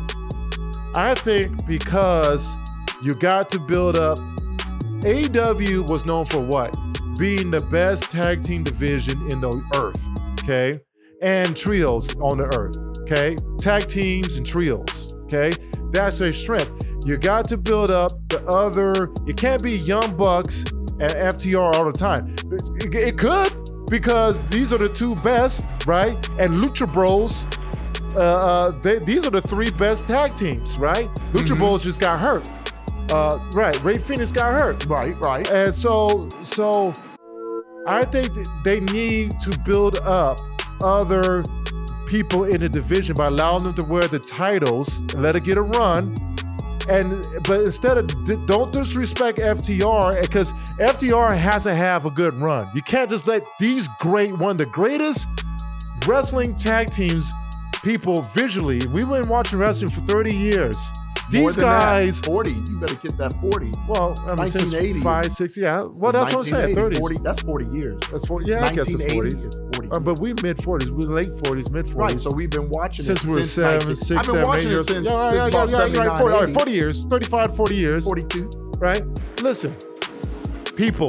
I think because you got to build up, AEW was known for what? Being the best tag team division in the earth, okay? And trios on the earth, okay? Tag teams and trios, okay? That's their strength. You got to build up the other, it can't be Young Bucks and FTR all the time. It, it could, because these are the two best, right? And Lucha Bros uh, uh, they, these are the three best tag teams, right? Lucha Bros just got hurt. Uh, right, Ray Phoenix got hurt. Right, right. And so, so I think th- they need to build up other people in the division by allowing them to wear the titles, let it get a run. And but instead of d- don't disrespect FTR because FTR has to have a good run. You can't just let these great one of the greatest wrestling tag teams people visually. We've been watching wrestling for 30 years. More These than that, guys 40. You better get that 40. well, I mean, since 1980. five, six, yeah. Well, that's what I'm saying. 1980, Thirties. 40, that's 40 years. That's forty. Yeah, I guess it's 1980 forties. is 40 Uh, but we mid forties. We late forties, mid forties. Right, so we've been watching since it we were seven, 19 six, I've been seven, watching eight it years. since, yeah, yeah, since yeah, about yeah, you're right. 40, 79, all right, 80, forty years, 35, 40 years. 42. Right. Listen, people,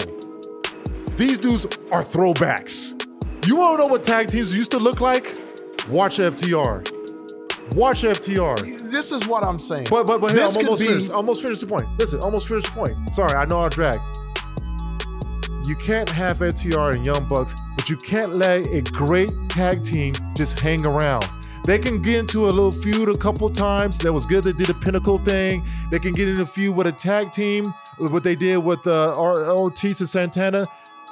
these dudes are throwbacks. You want to know what tag teams used to look like? Watch FTR. Watch FTR. This is what I'm saying. But but but hey, this I'm almost could be finished. Almost finished the point. Listen, almost finished the point. Sorry, I know I drag. You can't have FTR and Young Bucks, but you can't let a great tag team just hang around. They can get into a little feud a couple times. That was good. They did a pinnacle thing. They can get in a feud with a tag team, what they did with uh, R- Ortiz and Santana.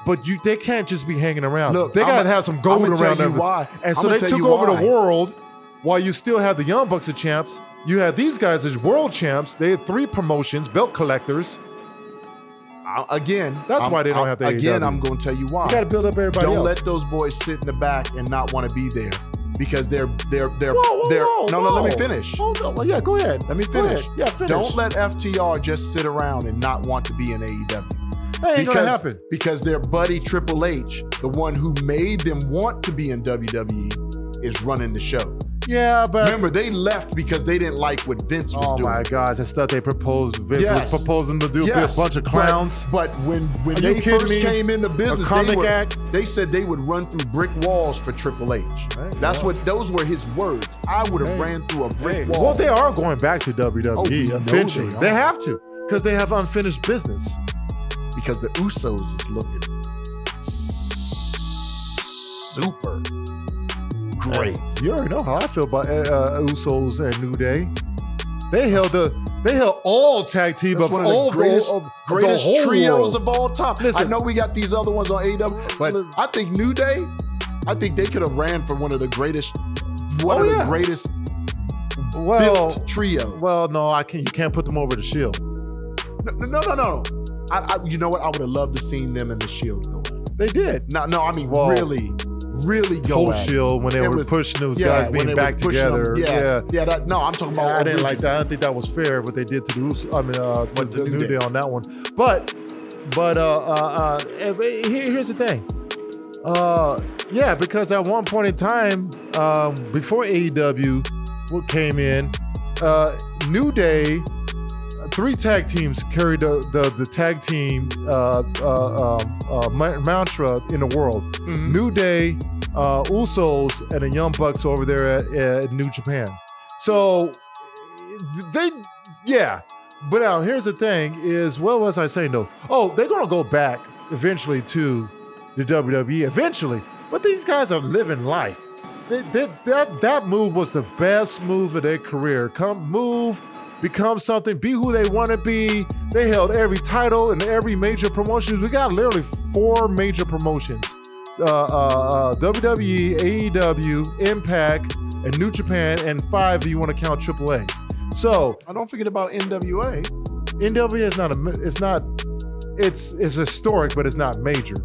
But you, they can't just be hanging around. Look, they I'ma- gotta have some gold I'ma tell around you them. why. And so I'ma they tell took you over why. the world while you still have the Young Bucks as champs, you had these guys as world champs. They had three promotions, belt collectors. I- again. That's I'm- why they don't I'm- have the Again, AEW. I'm going to tell you why. You got to build up everybody don't else. let those boys sit in the back and not want to be there because they're they're they're whoa, whoa, they're whoa, no no whoa. let me finish. Hold on. Well, yeah, go ahead. Let me Go ahead. finish. Yeah, finish. Don't let FTR just sit around and not want to be in E AEW. that ain't gonna happen. because their buddy Triple H, the one who made them want to be in WWE, is running the show. Yeah, but Remember, they left because they didn't like what Vince was oh doing. my gosh, that stuff they proposed. Vince Yes. was proposing to do be Yes, a bunch of but- clowns. But, when when Are you they kidding first me? came into A business, they, comic were- act? they said they would run through brick walls for Triple H. Hey, That's wow. what those were his words. I would have Hey, ran through a brick Hey, wall. well, they are going back to Oh, we WWE know they eventually. are. they have to because they have unfinished business. because the Usos is looking super great. You already know how I feel about uh, uh, Usos and New Day. They held the they held all tag team That's of all greatest, the, of, of greatest the whole trios world. of all time. Listen. I know we got these other ones on AW, but Listen. I think New Day, I think they could have ran for one of the greatest, Oh, one of yeah. Oh, the greatest well, built trios. well, no, I can't. You can't put them over the Shield. No, no, no, no. I, I, you know what? I would have loved to seen them in the Shield go at it. They did. No, no, I mean Well, really, really go Whole at it. shield when they It were was- pushing those Yeah, guys when being they back were pushing them. together. yeah. Yeah, yeah. that, no, I'm talking Yeah, about. I didn't like that. I didn't think that was fair what they did to the Usos. I mean, uh, to What the, New Day on that one. But, but uh, uh, uh, eh, here, here's the thing. Uh, yeah, because at one point in time, um, before AEW w- came in, uh, New Day, uh, three tag teams carried the the, the tag team uh, uh, um, uh, ma- mantra in the world. New Day, uh, Usos, and the Young Bucks over there at, at New Japan. So they, yeah. But now here's the thing: is what was I saying though? Oh, they're gonna go back eventually to the WWE eventually. But these guys are living life. They, they- that that move was the best move of their career. Come move, become something, be who they want to be. They held every title and every major promotion. We got literally four major promotions: uh, uh, uh, WWE, AEW, E Impact, and New Japan, and five if you want to count AAA. So I don't forget about NWA. NWA is not a ma- it's not it's it's historic, but it's not major.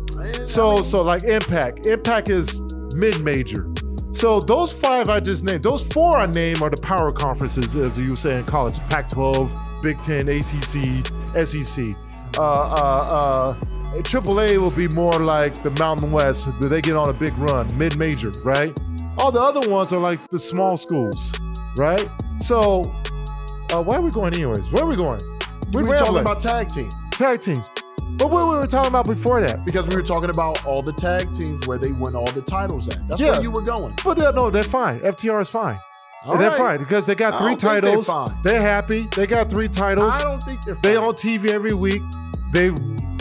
So so like Impact. Impact is mid-major. So those five I just named, those four I named are the power conferences, as you say in college: Pac-12, Big Ten, ACC, SEC. Uh, uh, uh, AAA will be more like the Mountain West. Do they get on a big run, mid-major, right? All the other ones are like the small schools, right? So, uh, why are we going anyways? Where are we going? we We're were talking rambling. about tag team tag teams. But what we were talking about before that? because we were talking about all the tag teams where they won all the titles at. That's Yeah. where you were going. But they're, no, they're fine. FTR is fine. All they're right. fine because they got I three don't think they're titles. They're, fine. happy. They got three titles. I don't think they're. They fine. on TV every week. They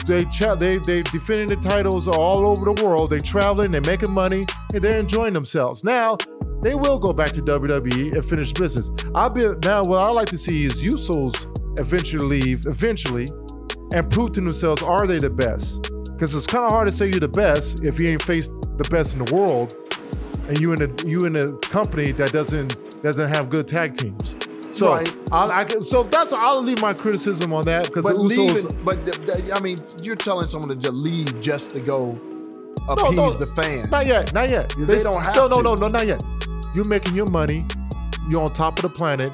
they cha- they they defending the titles all over the world. They traveling. They making money and they're enjoying themselves. Now they will go back to WWE and finish business. I'll be now. What I like to see is Usos eventually leave eventually and prove to themselves are they the best? Because it's kind of hard to say you're the best if you ain't faced the best in the world and you in a you in a company that doesn't doesn't have good tag teams. So Right. I'll, I can, so that's I'll leave my criticism on that because the But Usos. leaving, but th- th- I mean, you're telling someone to just leave just to go no, appease no, the fan. Not yet, not yet. They don't have No, no, to. no, no, not yet. You're making your money. You're on top of the planet.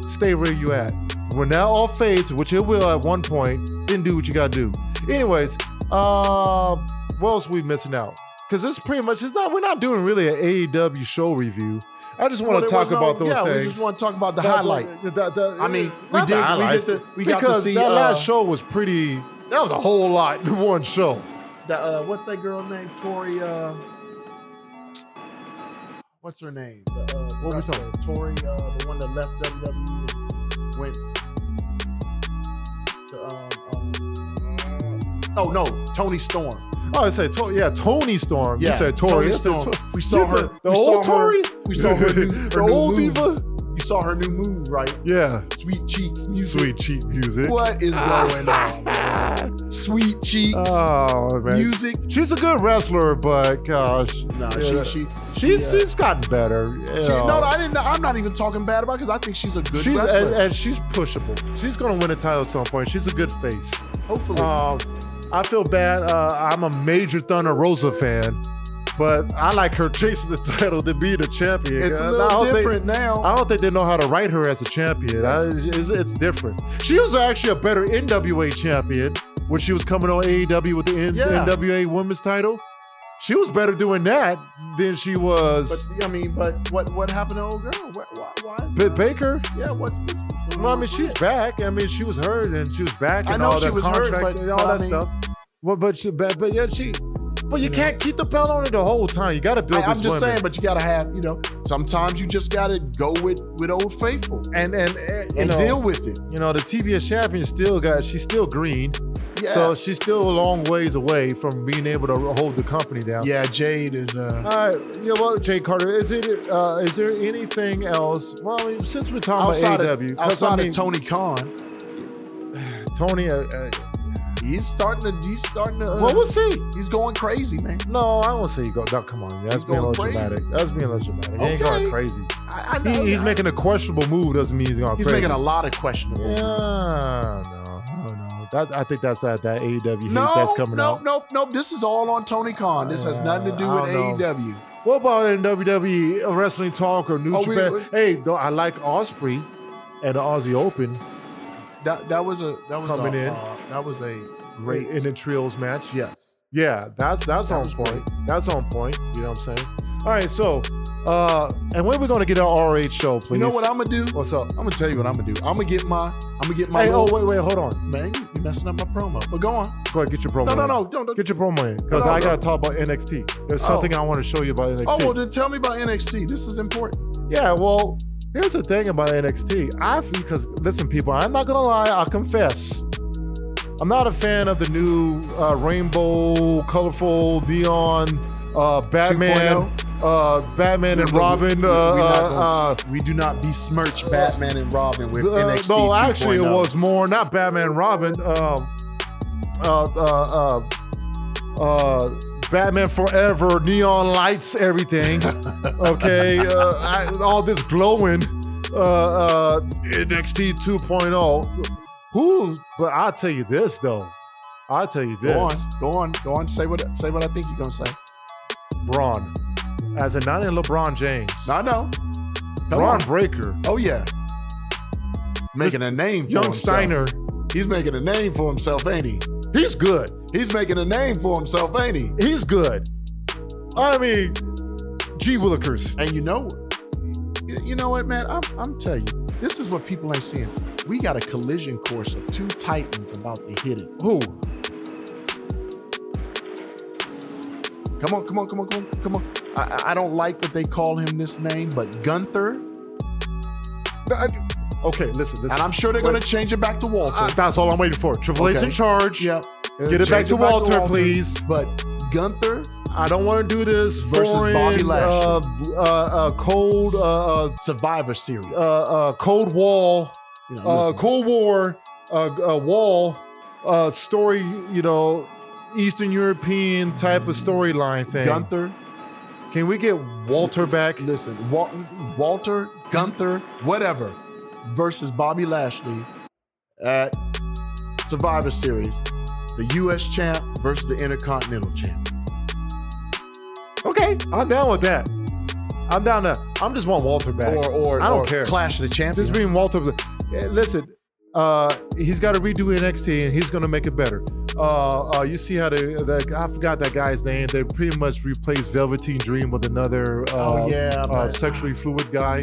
Stay where you at. When that all fades, which it will at one point, then do what you gotta do. Anyways, uh, what else we missing out? Because this pretty much it's not. We're not doing really an AEW show review. I just Well, want there to talk was no- about those yeah, things. we just want to talk about the highlight. The- the- the- I mean, we not the did- we did highlights, the- we got to because see, that uh, last show was pretty. That was a whole lot in one show. The, uh, what's that girl named? Tori. Uh, what's her name? The, uh, What we wrestler. Tori, uh, the one that left WWE and went to. Um, um, oh no, Tony Storm. Oh, I said, to- yeah, Tony Storm. You said Tori. Toni I said Storm. Tori. We saw You her. said The we old saw her- Tori. We saw her. new- her the new old move. diva. You saw her new move, right? Yeah. Sweet cheeks music. Sweet cheap music. What is going on, man? Sweet cheeks Oh man. music. She's a good wrestler, but gosh, Nah, yeah, she she. she's yeah. she's gotten better. you She, know. no, no, I didn't. I'm not even talking bad about because I think she's a good she's wrestler. and, and she's pushable. She's gonna win a title at some point. She's a good face. Hopefully, Um, I feel bad. Uh, I'm a major Thunder Rosa fan, but I like her chasing the title to be the champion. it's And a I little don't think- different now. I don't think they know how to write her as a champion. I, it's, it's different. She was actually a better NWA champion when she was coming on AEW with the N- Yeah. NWA Women's Title. She was better doing that than she but was I mean, but what what happened to old girl? Why? why, why is Britt Baker. Yeah, what's, what's, what's going Well, I on mean, with she's Britt? back. I mean, she was hurt and she was back I and know all she the was hurt, contracts but- and all but I that mean- stuff. Well, but she, but, but yeah, she. But you can't keep the belt on her the whole time. You got to build I, am this women. just saying, but you gotta have, you know, sometimes you just gotta go with with old faithful and and and, you and know, deal with it. You know, the TBS champion still got. She's still green. Yeah. So she's still a long ways away from being able to hold the company down. yeah, Jade is. uh All right. Yeah. Well, Jay Carter, is it? Uh, is there anything else? Well, I mean, since we're talking Outside about of, AEW, 'cause, outside I mean, of Tony Khan, Tony, uh, uh, he's starting to he's starting to. Uh, well, we'll see. he's going crazy, man. No, I won't say he go. No, come on, that's He's being a going little dramatic. That's being a little dramatic. He ain't going Okay. crazy. I, I know. He, he's I- making a questionable move. Doesn't mean he's going He's crazy. making a lot of questionable. Yeah. No. I don't no. That I think that's that that AEW heat No, that's coming no, out. no, no. This is all on Tony Khan. This has nothing to do Uh, I with E don't know. AEW. What about in WWE uh, wrestling talk or New Oh, we- Japan? we- hey, though I like Osprey and the Aussie Open That that was a that was Coming a, in. uh, that was a great great in the trios match. Yeah, yes. yeah, that's that's on point. That's on point. You know what I'm saying? All right, so uh, and when we gonna get our RH show, please? You know what I'm gonna do? What's up? I'm gonna tell you what I'm gonna do. I'm gonna get my I'm gonna get my Hey, oh little- wait, wait, hold on. man, you you messing up my promo. But go on. Go ahead, get your promo. No, no, in. no, don't, don't. Get your promo in because No, no, I no. gotta talk about NXT. There's Oh. something I want to show you about NXT. oh well, then tell me about NXT. This is important. Yeah, well, here's the thing about NXT. I feel because listen, people, I'm not gonna lie. I'll confess, I'm not a fan of the new uh, rainbow, colorful, neon, uh, Batman, uh, Batman and oh? We- we- Robin. we- Uh, we not gonna- uh, uh, we do not besmirch Batman and Robin with uh, NXT. no, actually, it 2.0. was more not Batman and Robin. Um, uh, uh, uh, uh, Batman Forever, neon lights, everything. okay, uh, I, all this glowing uh, uh, NXT 2.0. oh. Who? But I'll tell you this though. I'll tell you this. Go on, go on, go on. Say what say what I think you're gonna say. Braun, as a not in LeBron James. No, no. Come Braun on. Breaker, Oh yeah. Making a name for Young himself. Steiner. He's making a name for himself, ain't he? He's good. He's making a name for himself, ain't he? He's good. I mean, G Willikers. And you know, you- you know what, man? I'm, I'm telling you, this is what people ain't seeing. We got a collision course of two titans about to hit it. Who? Come on, come on, come on, come on, come on. I, I- I don't like that they call him this name, but Gunther, Okay, listen, listen. and I'm sure they're Wait. going to change it back to Walter. Uh, that's all I'm waiting for. Triple H Okay. in charge. Yep. Get it Change back to Walter, please. But Gunther, I don't want to do this Versus foreign, Bobby uh, Lashley. uh, uh, cold, uh, uh, Survivor Series. uh, uh, cold wall, You know, uh, listen, Cold War, uh, uh, wall uh, story. You know, Eastern European type of storyline thing. Gunther, Can we get Walter back? listen, Wal- Walter, Gunther, whatever, versus Bobby Lashley at Survivor Series, the U.S. champ versus the Intercontinental champ. Okay, I'm down with that. I'm down to. I'm just want Walter back. Or, or, I don't or care. Clash of the Champions. Just being Walter. Yeah, Listen, uh, he's got to redo NXT and he's gonna make it better. Uh, uh, you see how the, the I forgot that guy's name. They pretty much replaced Velveteen Dream with another uh, Oh, yeah, uh, but- sexually fluid guy,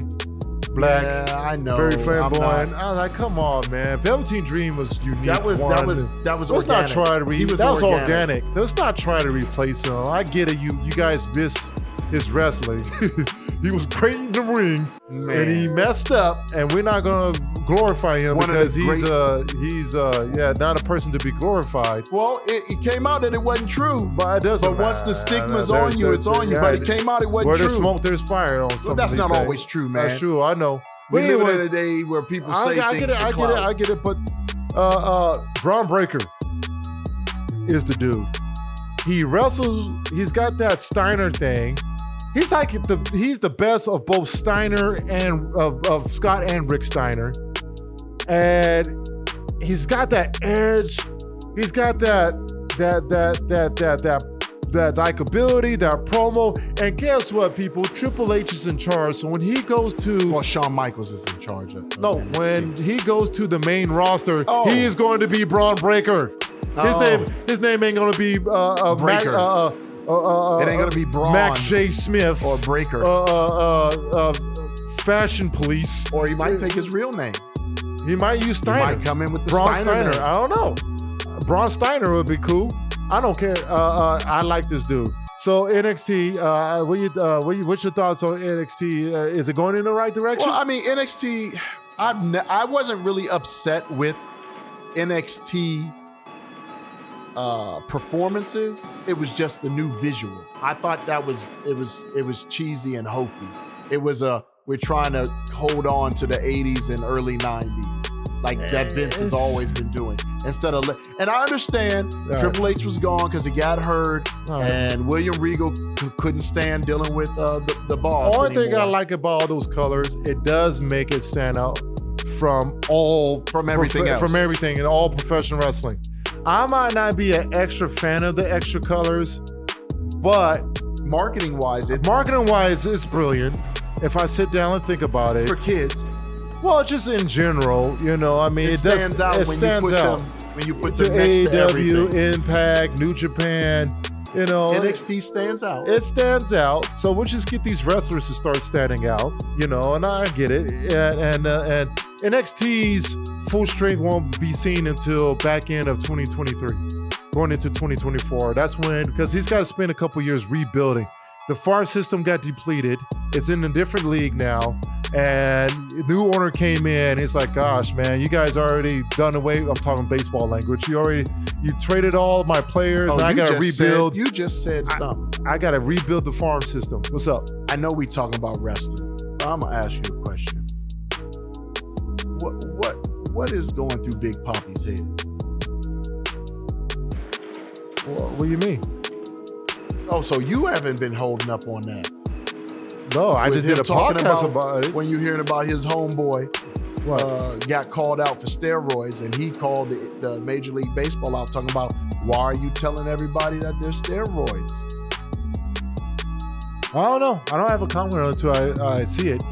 black, Yeah, I know. very I'm flamboyant. not- I was like, come on, man. Velveteen Dream was unique. That was that one. was that was. Let's organic. not try to He re- was that was organic. Let's not try to replace him. I get it. You you guys miss his wrestling. he was great in the ring, and he Man. messed up. And we're not gonna glorify him One of the because he's great- uh he's uh yeah not a person to be glorified. Well, it, it came out that it wasn't true. But it doesn't. But once the matter. stigma's There- on you, there- it's on you. yeah, But it came out it wasn't Where true. there's smoke, there's fire. On some But of that's these not things. always true, man. That's true. I know. But We live in anyways, a day where people I, say I things get it. for I get clout. it. I get it. But uh, uh, Braun Breaker is the dude. He wrestles. He's got that Steiner thing. He's like the he's the best of both Steiner and of, of Scott and Rick Steiner, and he's got that edge. He's got that that that that that that that likability, that promo, and guess what, people? Triple H is in charge, so when he goes to Well, Shawn Michaels is in charge of. of no, NXT. when he goes to the main roster, Oh. he is going to be Braun Breaker. His Oh. name, his name ain't going to be uh, uh, Mac, Breaker. uh, uh, uh, uh, It ain't gonna be Braun Max J. Smith or Breaker. uh, uh, uh, uh, Fashion Police. or he might take his real name. He might use He Steiner. might come in with the Braun Steiner. Steiner. name. I don't know. Braun Steiner would be cool. I don't care. Uh, uh, I like this dude. So NXT, uh, what you, uh, what you, what's your thoughts on NXT? Uh, is it going in the right direction? Well, I mean NXT. I've ne- I wasn't really upset with NXT uh, performances. It was just the new visual. I thought that was it was it was cheesy and hokey. It was a we're trying to hold on to the '80s and early '90s, like that Vince has It's- always been doing. Instead of, le- and I understand right. Triple H was gone because he got hurt, All right. and William Regal c- couldn't stand dealing with uh, the, the boss. Only thing I anymore. like about all those colors, it does make it stand out from all From everything else. from everything and all professional wrestling. I might not be an extra fan of the extra colors, but Marketing wise, it's marketing wise, it's brilliant. If I sit down and think about it, for kids. well, just in general, you know, I mean, It, it, stands does, out It when stands you put out them when you put to them next to everything. AEW, Impact, New Japan, you know, NXT stands out. it stands out. So we'll just get these wrestlers to start standing out, you know. And I get it. And and uh, and NXT's full strength won't be seen until back end of 2023, going into 2024. That's when because he's got to spend a couple years rebuilding. The FAR system got depleted. It's in a different league now. And new owner came in. He's like, gosh, man, you guys already done away. I'm talking baseball language. You already you traded all my players. Oh, now I you gotta just said- rebuild. you just said something. I gotta rebuild the farm system. What's up? I know we talking about wrestling, but I'm gonna ask you a question. What what what is going through Big Poppy's head? Wha- What do you mean? Oh, so you haven't been holding up on that. No, I With just did him a talking podcast about, it. When you hearing about his homeboy What? uh, got called out for steroids, and he called the, the Major League Baseball out talking about why are you telling everybody that they're steroids? I don't know. I don't have a comment on it until I, I see it.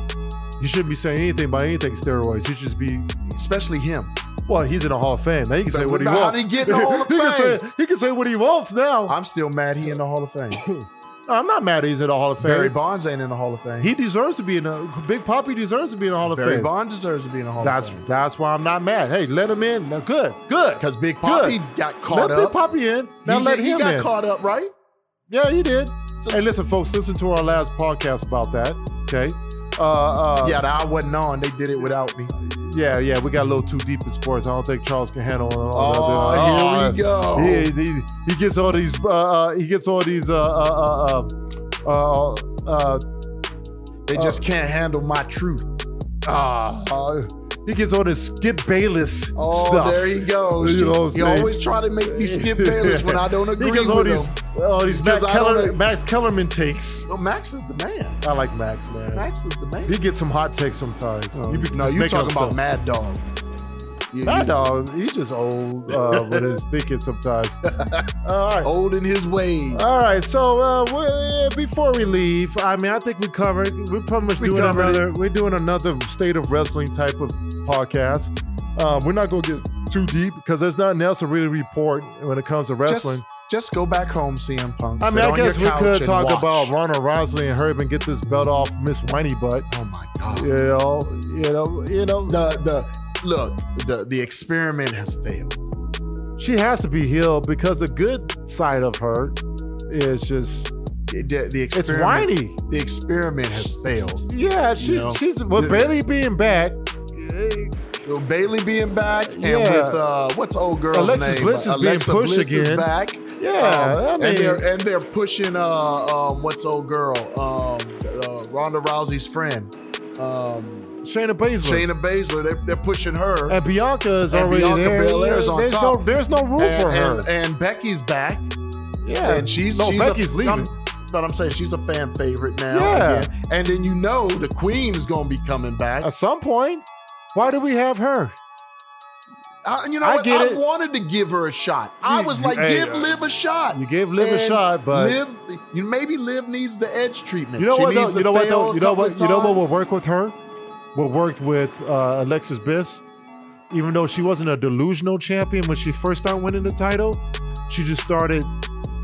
You shouldn't be saying anything about anything steroids. You should just be. Especially him. Well, he's in the Hall of Fame. Now he can say what he How wants. did he get in the Hall of he, can say, Fame? he can say what he wants now. I'm still mad he in the Hall of Fame. I'm not mad he's in the Hall of Barry Fame. Bonds ain't in the Hall of Fame. He deserves to be in the Big Poppy deserves to be in the Hall of Barry Fame. Bonds deserves to be in the Hall That's of Fame. that's why I'm not mad. Hey, let him in. Now, good, good. Because Big Poppy Good. got caught let up. Big Poppy in. Now he, let he him got in. caught up, right? Yeah, he did. So- hey, listen, folks, listen to our last podcast about that. Okay. Uh, uh, yeah, I wasn't on. They did it without me. yeah, yeah. We got a little too deep in sports. I don't think Charles can handle all all Oh, that. Uh, here we go. He, he, he gets all these. Uh, uh, he gets all these. Uh, uh, uh, uh, uh, uh, They just can't handle my truth. Ah. uh, he gets all this Skip Bayless Oh, stuff. there he goes. You know what I'm he saying? always try to make me skip Bayless when I don't agree he gets with all him. these, all these Max, Because I don't Keller, ag- Max Kellerman takes. No, Max is the man. I like Max, man. Max is the man. He gets some hot takes sometimes. Oh, You be no, just you making talking up about stuff. Mad Dog. Yeah, My you- dog, he's just old uh, with his thinking sometimes. all right. Old in his ways. All right, so uh, we, before we leave, I mean, I think we covered. We're pretty much We doing covered another. We're doing another state of wrestling type of podcast. Um, we're not gonna get too deep because there's nothing else to really report when it comes to wrestling. Just, just go back home, CM Punk. I Sit mean, I on your guess we couch could and talk watch. about Ronda Rousey and Herb and get this belt off Miss Whiny Butt. Oh my God. You know, you know, you know. The the look the the experiment has failed. She has to be healed because the good side of her is just The, the- the it's experiment, whiny. The experiment has failed. Yeah, she, You know? she's with Yeah. Bailey being back. So Bailey being back and Yeah. with uh, what's old girl's Alexis name? Bliss is being Alexa pushed Bliss is again. back. Um, Yeah, I mean- and they're and they're pushing uh um what's old girl um uh, Ronda Rousey's friend um Shayna Baszler. Shayna Baszler. They're, they're pushing her. And Bianca is And already Bianca there. Belair is on there's top. no there's no room and, for her. and- and Becky's back. yeah, and she's no she's Becky's a, leaving. I'm- but I'm saying she's a fan favorite now. Yeah. again. and then you know the queen is gonna be coming back. At some point, why do we have her? I, you know, I what? get I it. wanted to give her a shot. I You- was like, hey, give Liv a shot. you gave Liv a And shot, but- Liv, you maybe Liv needs the edge treatment. You know She what? Though, needs to you know what? fail Though, a you know what? couple You know what times. will work with her? What worked with uh, Alexis Bliss, even though she wasn't a delusional champion when she first started winning the title, she just started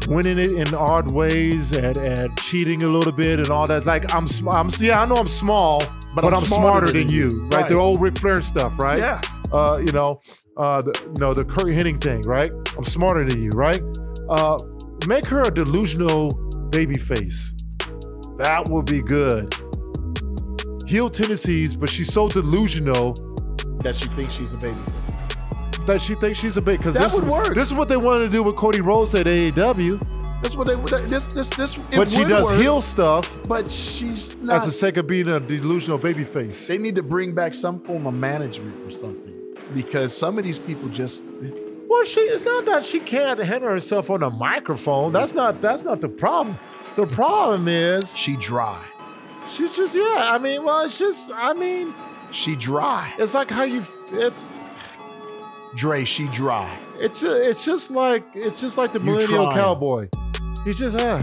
winning it in odd ways and, and cheating a little bit and all that. Like I'm, sm- I'm yeah, I know I'm small, but, I'm, smarter, than you, right? Right. The old Ric Flair stuff, right? Yeah. Uh, you know, uh, the, you know the Kurt Hennig thing, right? I'm smarter than you, right? Uh, make her a delusional baby face. That would be good. Heel tendencies, but she's so delusional that she thinks she's a baby. that she thinks she's a big. Because That this, would work. This is what they wanted to do with Cody Rhodes at AEW, That's what they. This this this. it but she would does work, heel stuff But she's as not. the sake of being a delusional baby face. they need to bring back some form of management or something because some of these people just. Well, she it's not that she can't handle herself on a microphone. That's not that's not the problem. The problem is She dry. She's just yeah. I mean, well, it's just I mean, She dry. It's like how you. It's Dre, she dry. it's ju- it's just like it's just like the millennial trying. cowboy. He's just ah.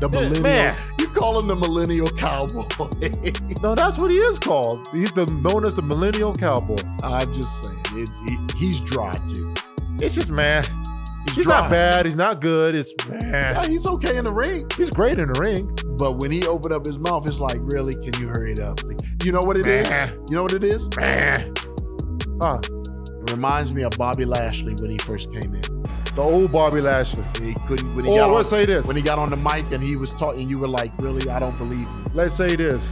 The millennial. man. You call him the millennial cowboy. No, that's what he is called. He's the known as the millennial cowboy. I'm just saying, it, it- he's dry too. It's just man. He's dry. not bad. He's not good. It's Yeah, man. he's okay in the ring, He's great in the ring. but when he opened up his mouth, it's like, really? Can you hurry it up? Like, you know what it is? Man. You know what it is? Man. Huh. It reminds me of Bobby Lashley when he first came in. The old Bobby Lashley. He couldn't when he Or got on, let's Oh, say this. when he got on the mic and he was talking. You were like, really? I don't believe you. Let's say this.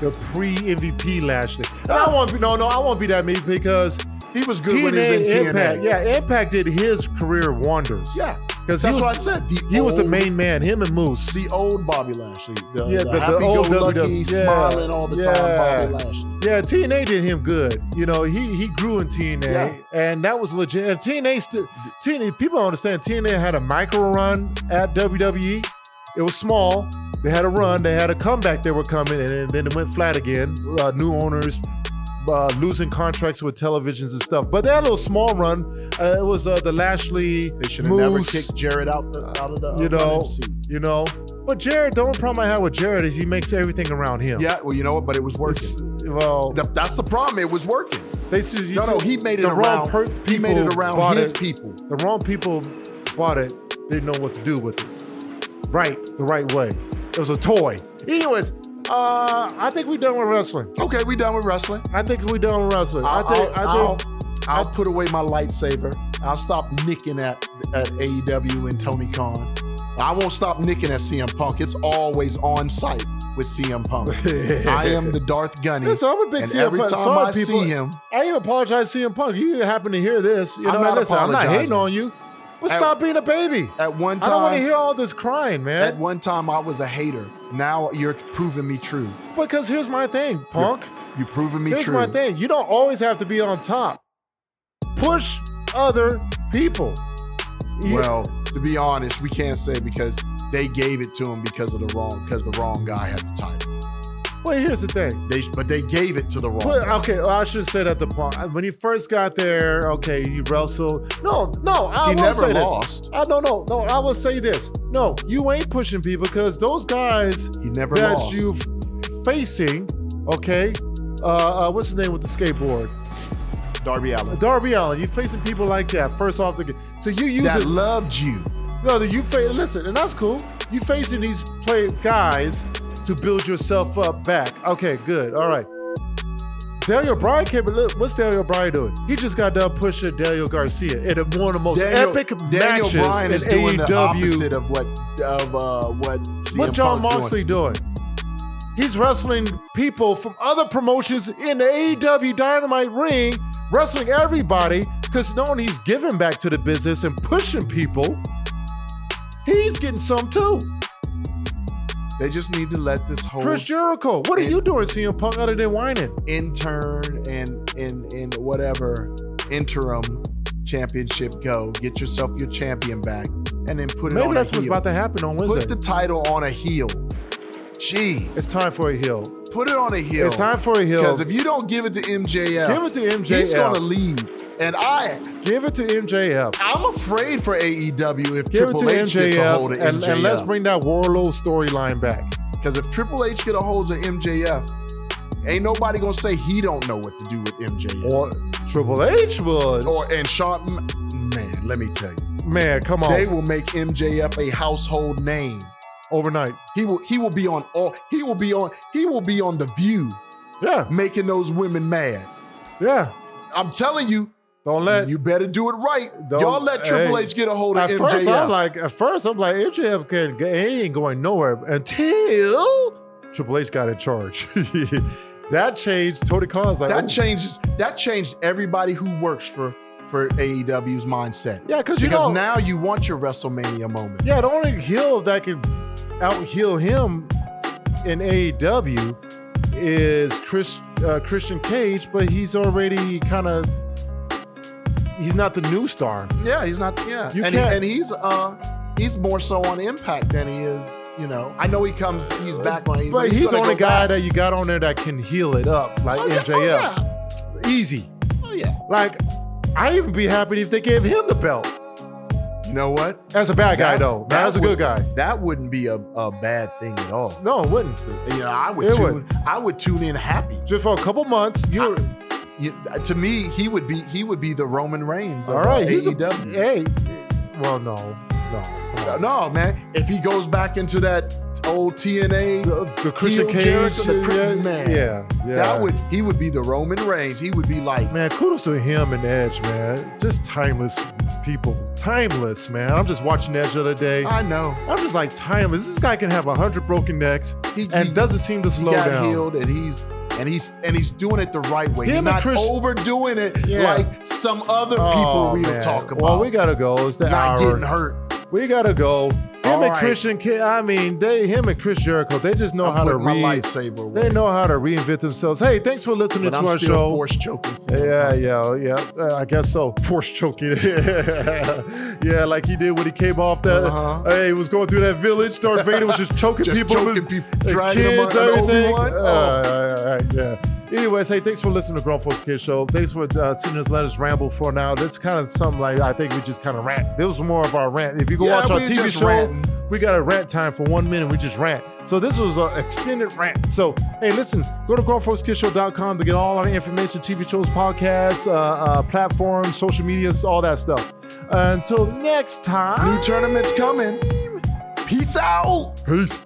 The pre MVP Lashley. And I won't be no no, I won't be that mean because He was good when he TNA was in Impact. TNA. Yeah, Impact did his career wonders. yeah. Because he That's was what I said. Oh. The he was the old- main man, him and Moose. The old Bobby Lashley. The, Yeah, yeah, the- the, the old old lucky, WWE. Yeah. smiling all the time, Yeah. Bobby Lashley. Yeah, TNA did him good. You know, he he grew in TNA, Yeah. and that was legit. And TNA, st- TNA, people don't understand. TNA had a micro run at WWE. It was small. They had a run. They had a comeback. They were coming, and, then- then it went flat again. Uh, new owners. Uh, losing contracts with televisions and stuff, but that little small run, uh, it was uh, the Lashley, They should have never Moose, kicked Jared out, the, out of the uh, you know, running seat. you know. But Jared, the only problem I had with Jared is he makes everything around him. Yeah, well, you know what? But it was working. It's- well, Th- that's the problem. It was working. They said you No, no, took- he made it the wrong around. per- he made it people around bought his it. people. The wrong people bought it. Didn't know what to do with it. Right, the right way. It was a toy. Anyways, uh, I think we're done with wrestling. Okay, we done with wrestling. I think we're done with wrestling. I I'll, think. I'll, I think. I'll- I'll put away my lightsaber. I'll stop nicking at at AEW and Tony Khan. I won't stop nicking at CM Punk. It's always on site with CM Punk. I am the Darth Gunny. Listen, I'm a big and CM every Punk. time Sorry, I people. see him, I even apologize, CM Punk. You happen to hear this? You I'm know, not listen, I'm not hating apologizing. on you, but At- stop being a baby. at one I time, don't want to hear all this crying, at man. one time I was a hater. Now you're proving me true. Because here's my thing, Punk. You're proving me Here's true. my thing. You don't always have to be on top. Push other people. You- Well, to be honest, we can't say because they gave it to him because of the wrong because the wrong guy had the title. well, here's the thing. They but they gave it to the wrong. Put, guy. okay, well, I should say that the punk when he first got there. Okay, he wrestled. No, no, I He will never say this. lost. I don't know. No, I will say this. No, you ain't pushing people because those guys He never that lost. you facing. Okay, uh, uh, what's his name with the skateboard? Darby Allen Darby Allen. You facing people like that first off the. So you use that it. loved you. No, that you face. Listen, and that's cool. You facing these play guys to build yourself up back. Okay, good. All right. Daniel Bryan came. and Look, what's Daniel Bryan doing? He just got done pushing Daniel Garcia in a- one of the most Daniel, epic Daniel matches Bryan in E is doing the AEW. opposite of what of uh, what CM What John Punk's Moxley doing. doing? He's wrestling people from other promotions in the AEW Dynamite ring, wrestling everybody because knowing he's giving back to the business and pushing people, he's getting some too. They just need to let this whole Chris Jericho, what are And- you doing, CM Punk, other than whining? intern and and and whatever interim championship go. Get yourself your champion back, and then put it Maybe on. that's a what's heel. about to happen on Wednesday. Put the title on a heel. Gee, it's time for a heel. put it on a heel. It's time for a heel. Because if you don't give it to MJF, Give it to MJF. he's gonna leave. And I, Give it to MJF. I'm afraid for AEW if Give it Triple to H gets a MJF, hold of MJF. and, and let's bring that Warlow storyline back. Because if Triple H get a hold of MJF, ain't nobody gonna say he don't know what to do with MJF. Or Triple H would. Or and Shawn, man, let me tell you, Man, come on. they will make MJF a household name. Overnight. He will, he will be on all, he will be on, he will be on the View, Yeah, making those women mad. yeah. I'm telling you, Don't let. you better do it right. Don't- Y'all let Triple hey. H get a hold of at MJF. first, I'm like, at first, I'm like, MJF can, he ain't going nowhere until Triple H got in charge. that changed. Tony Khan's like, that oh, changes. That changed everybody who works for for AEW's mindset. Yeah, because you because know, now you want your WrestleMania moment. yeah, the only heel that could out heel him in AEW is Chris uh, Christian Cage, but he's already kind of he's not the new star. Yeah, he's not. Yeah, You and, can't- and he's uh he's more so on Impact than he is You know, I know he comes, he's back on. But he's the gonna only go guy back. that you got on there that can heal it up, like Oh, yeah, MJF. Easy. Oh yeah. Like, I even be happy if they gave him the belt. You know what? As a bad guy, That- though. that That's a good would- guy. That wouldn't be a, a bad thing at all. No, it wouldn't. You know, I would It tune, would. I would tune in happy. Just for a couple months, you're You- uh, to me, he would be he would be the Roman Reigns. Of all right. uh, He's a AEW. hey. Well, no, no, come on. No, man. If he goes back into that old TNA, The, the Christian heel Cage, character, the yeah, Christian man. yeah, yeah. that would he would be the Roman Reigns. He would be like, Man, kudos to him and Edge, man. Just timeless people. Timeless, man. I'm just watching Edge the other day. I know. I'm just like timeless. This guy can have a hundred broken necks He- and he- doesn't seem to He slow got down. healed, and he's and he's and he's doing it the right way. Him he's and not Chris- overdoing it Yeah. like some other people Oh, we man. don't talk about. Well, we gotta go. It's the not hour. getting hurt. We gotta go. Him All and right. Christian, Ki- I mean, they him and Chris Jericho, they just know I'm how to putting my read. lightsaber away. They know how to reinvent themselves. Hey, thanks for listening But to I'm our still show. force choking. Yeah, yeah, yeah. Uh, I guess so. Force choking. yeah, like he did when he came off that. Uh-huh. Hey, he was going through that village. Darth Vader was just choking Just people, choking with- people, uh, dragging them kids, on- on everything. Obi-Wan? Oh. Uh, all right, all right, yeah. Anyways, hey, thanks for listening to Grown Folks Kids Show. Thanks for uh, sending us let us ramble for now. That's kind of something like I think we just kind of rant. This was more of our rant. If you go Yeah, watch our we TV just show, ranting. we got a rant time for one minute. We just rant. So this was an extended rant. So hey, listen, go to grownfolkskidsshow.com to get all our information, TV shows, podcasts, uh, uh, platforms, social medias, all that stuff. until next time, New tournament's coming. Peace out. Peace.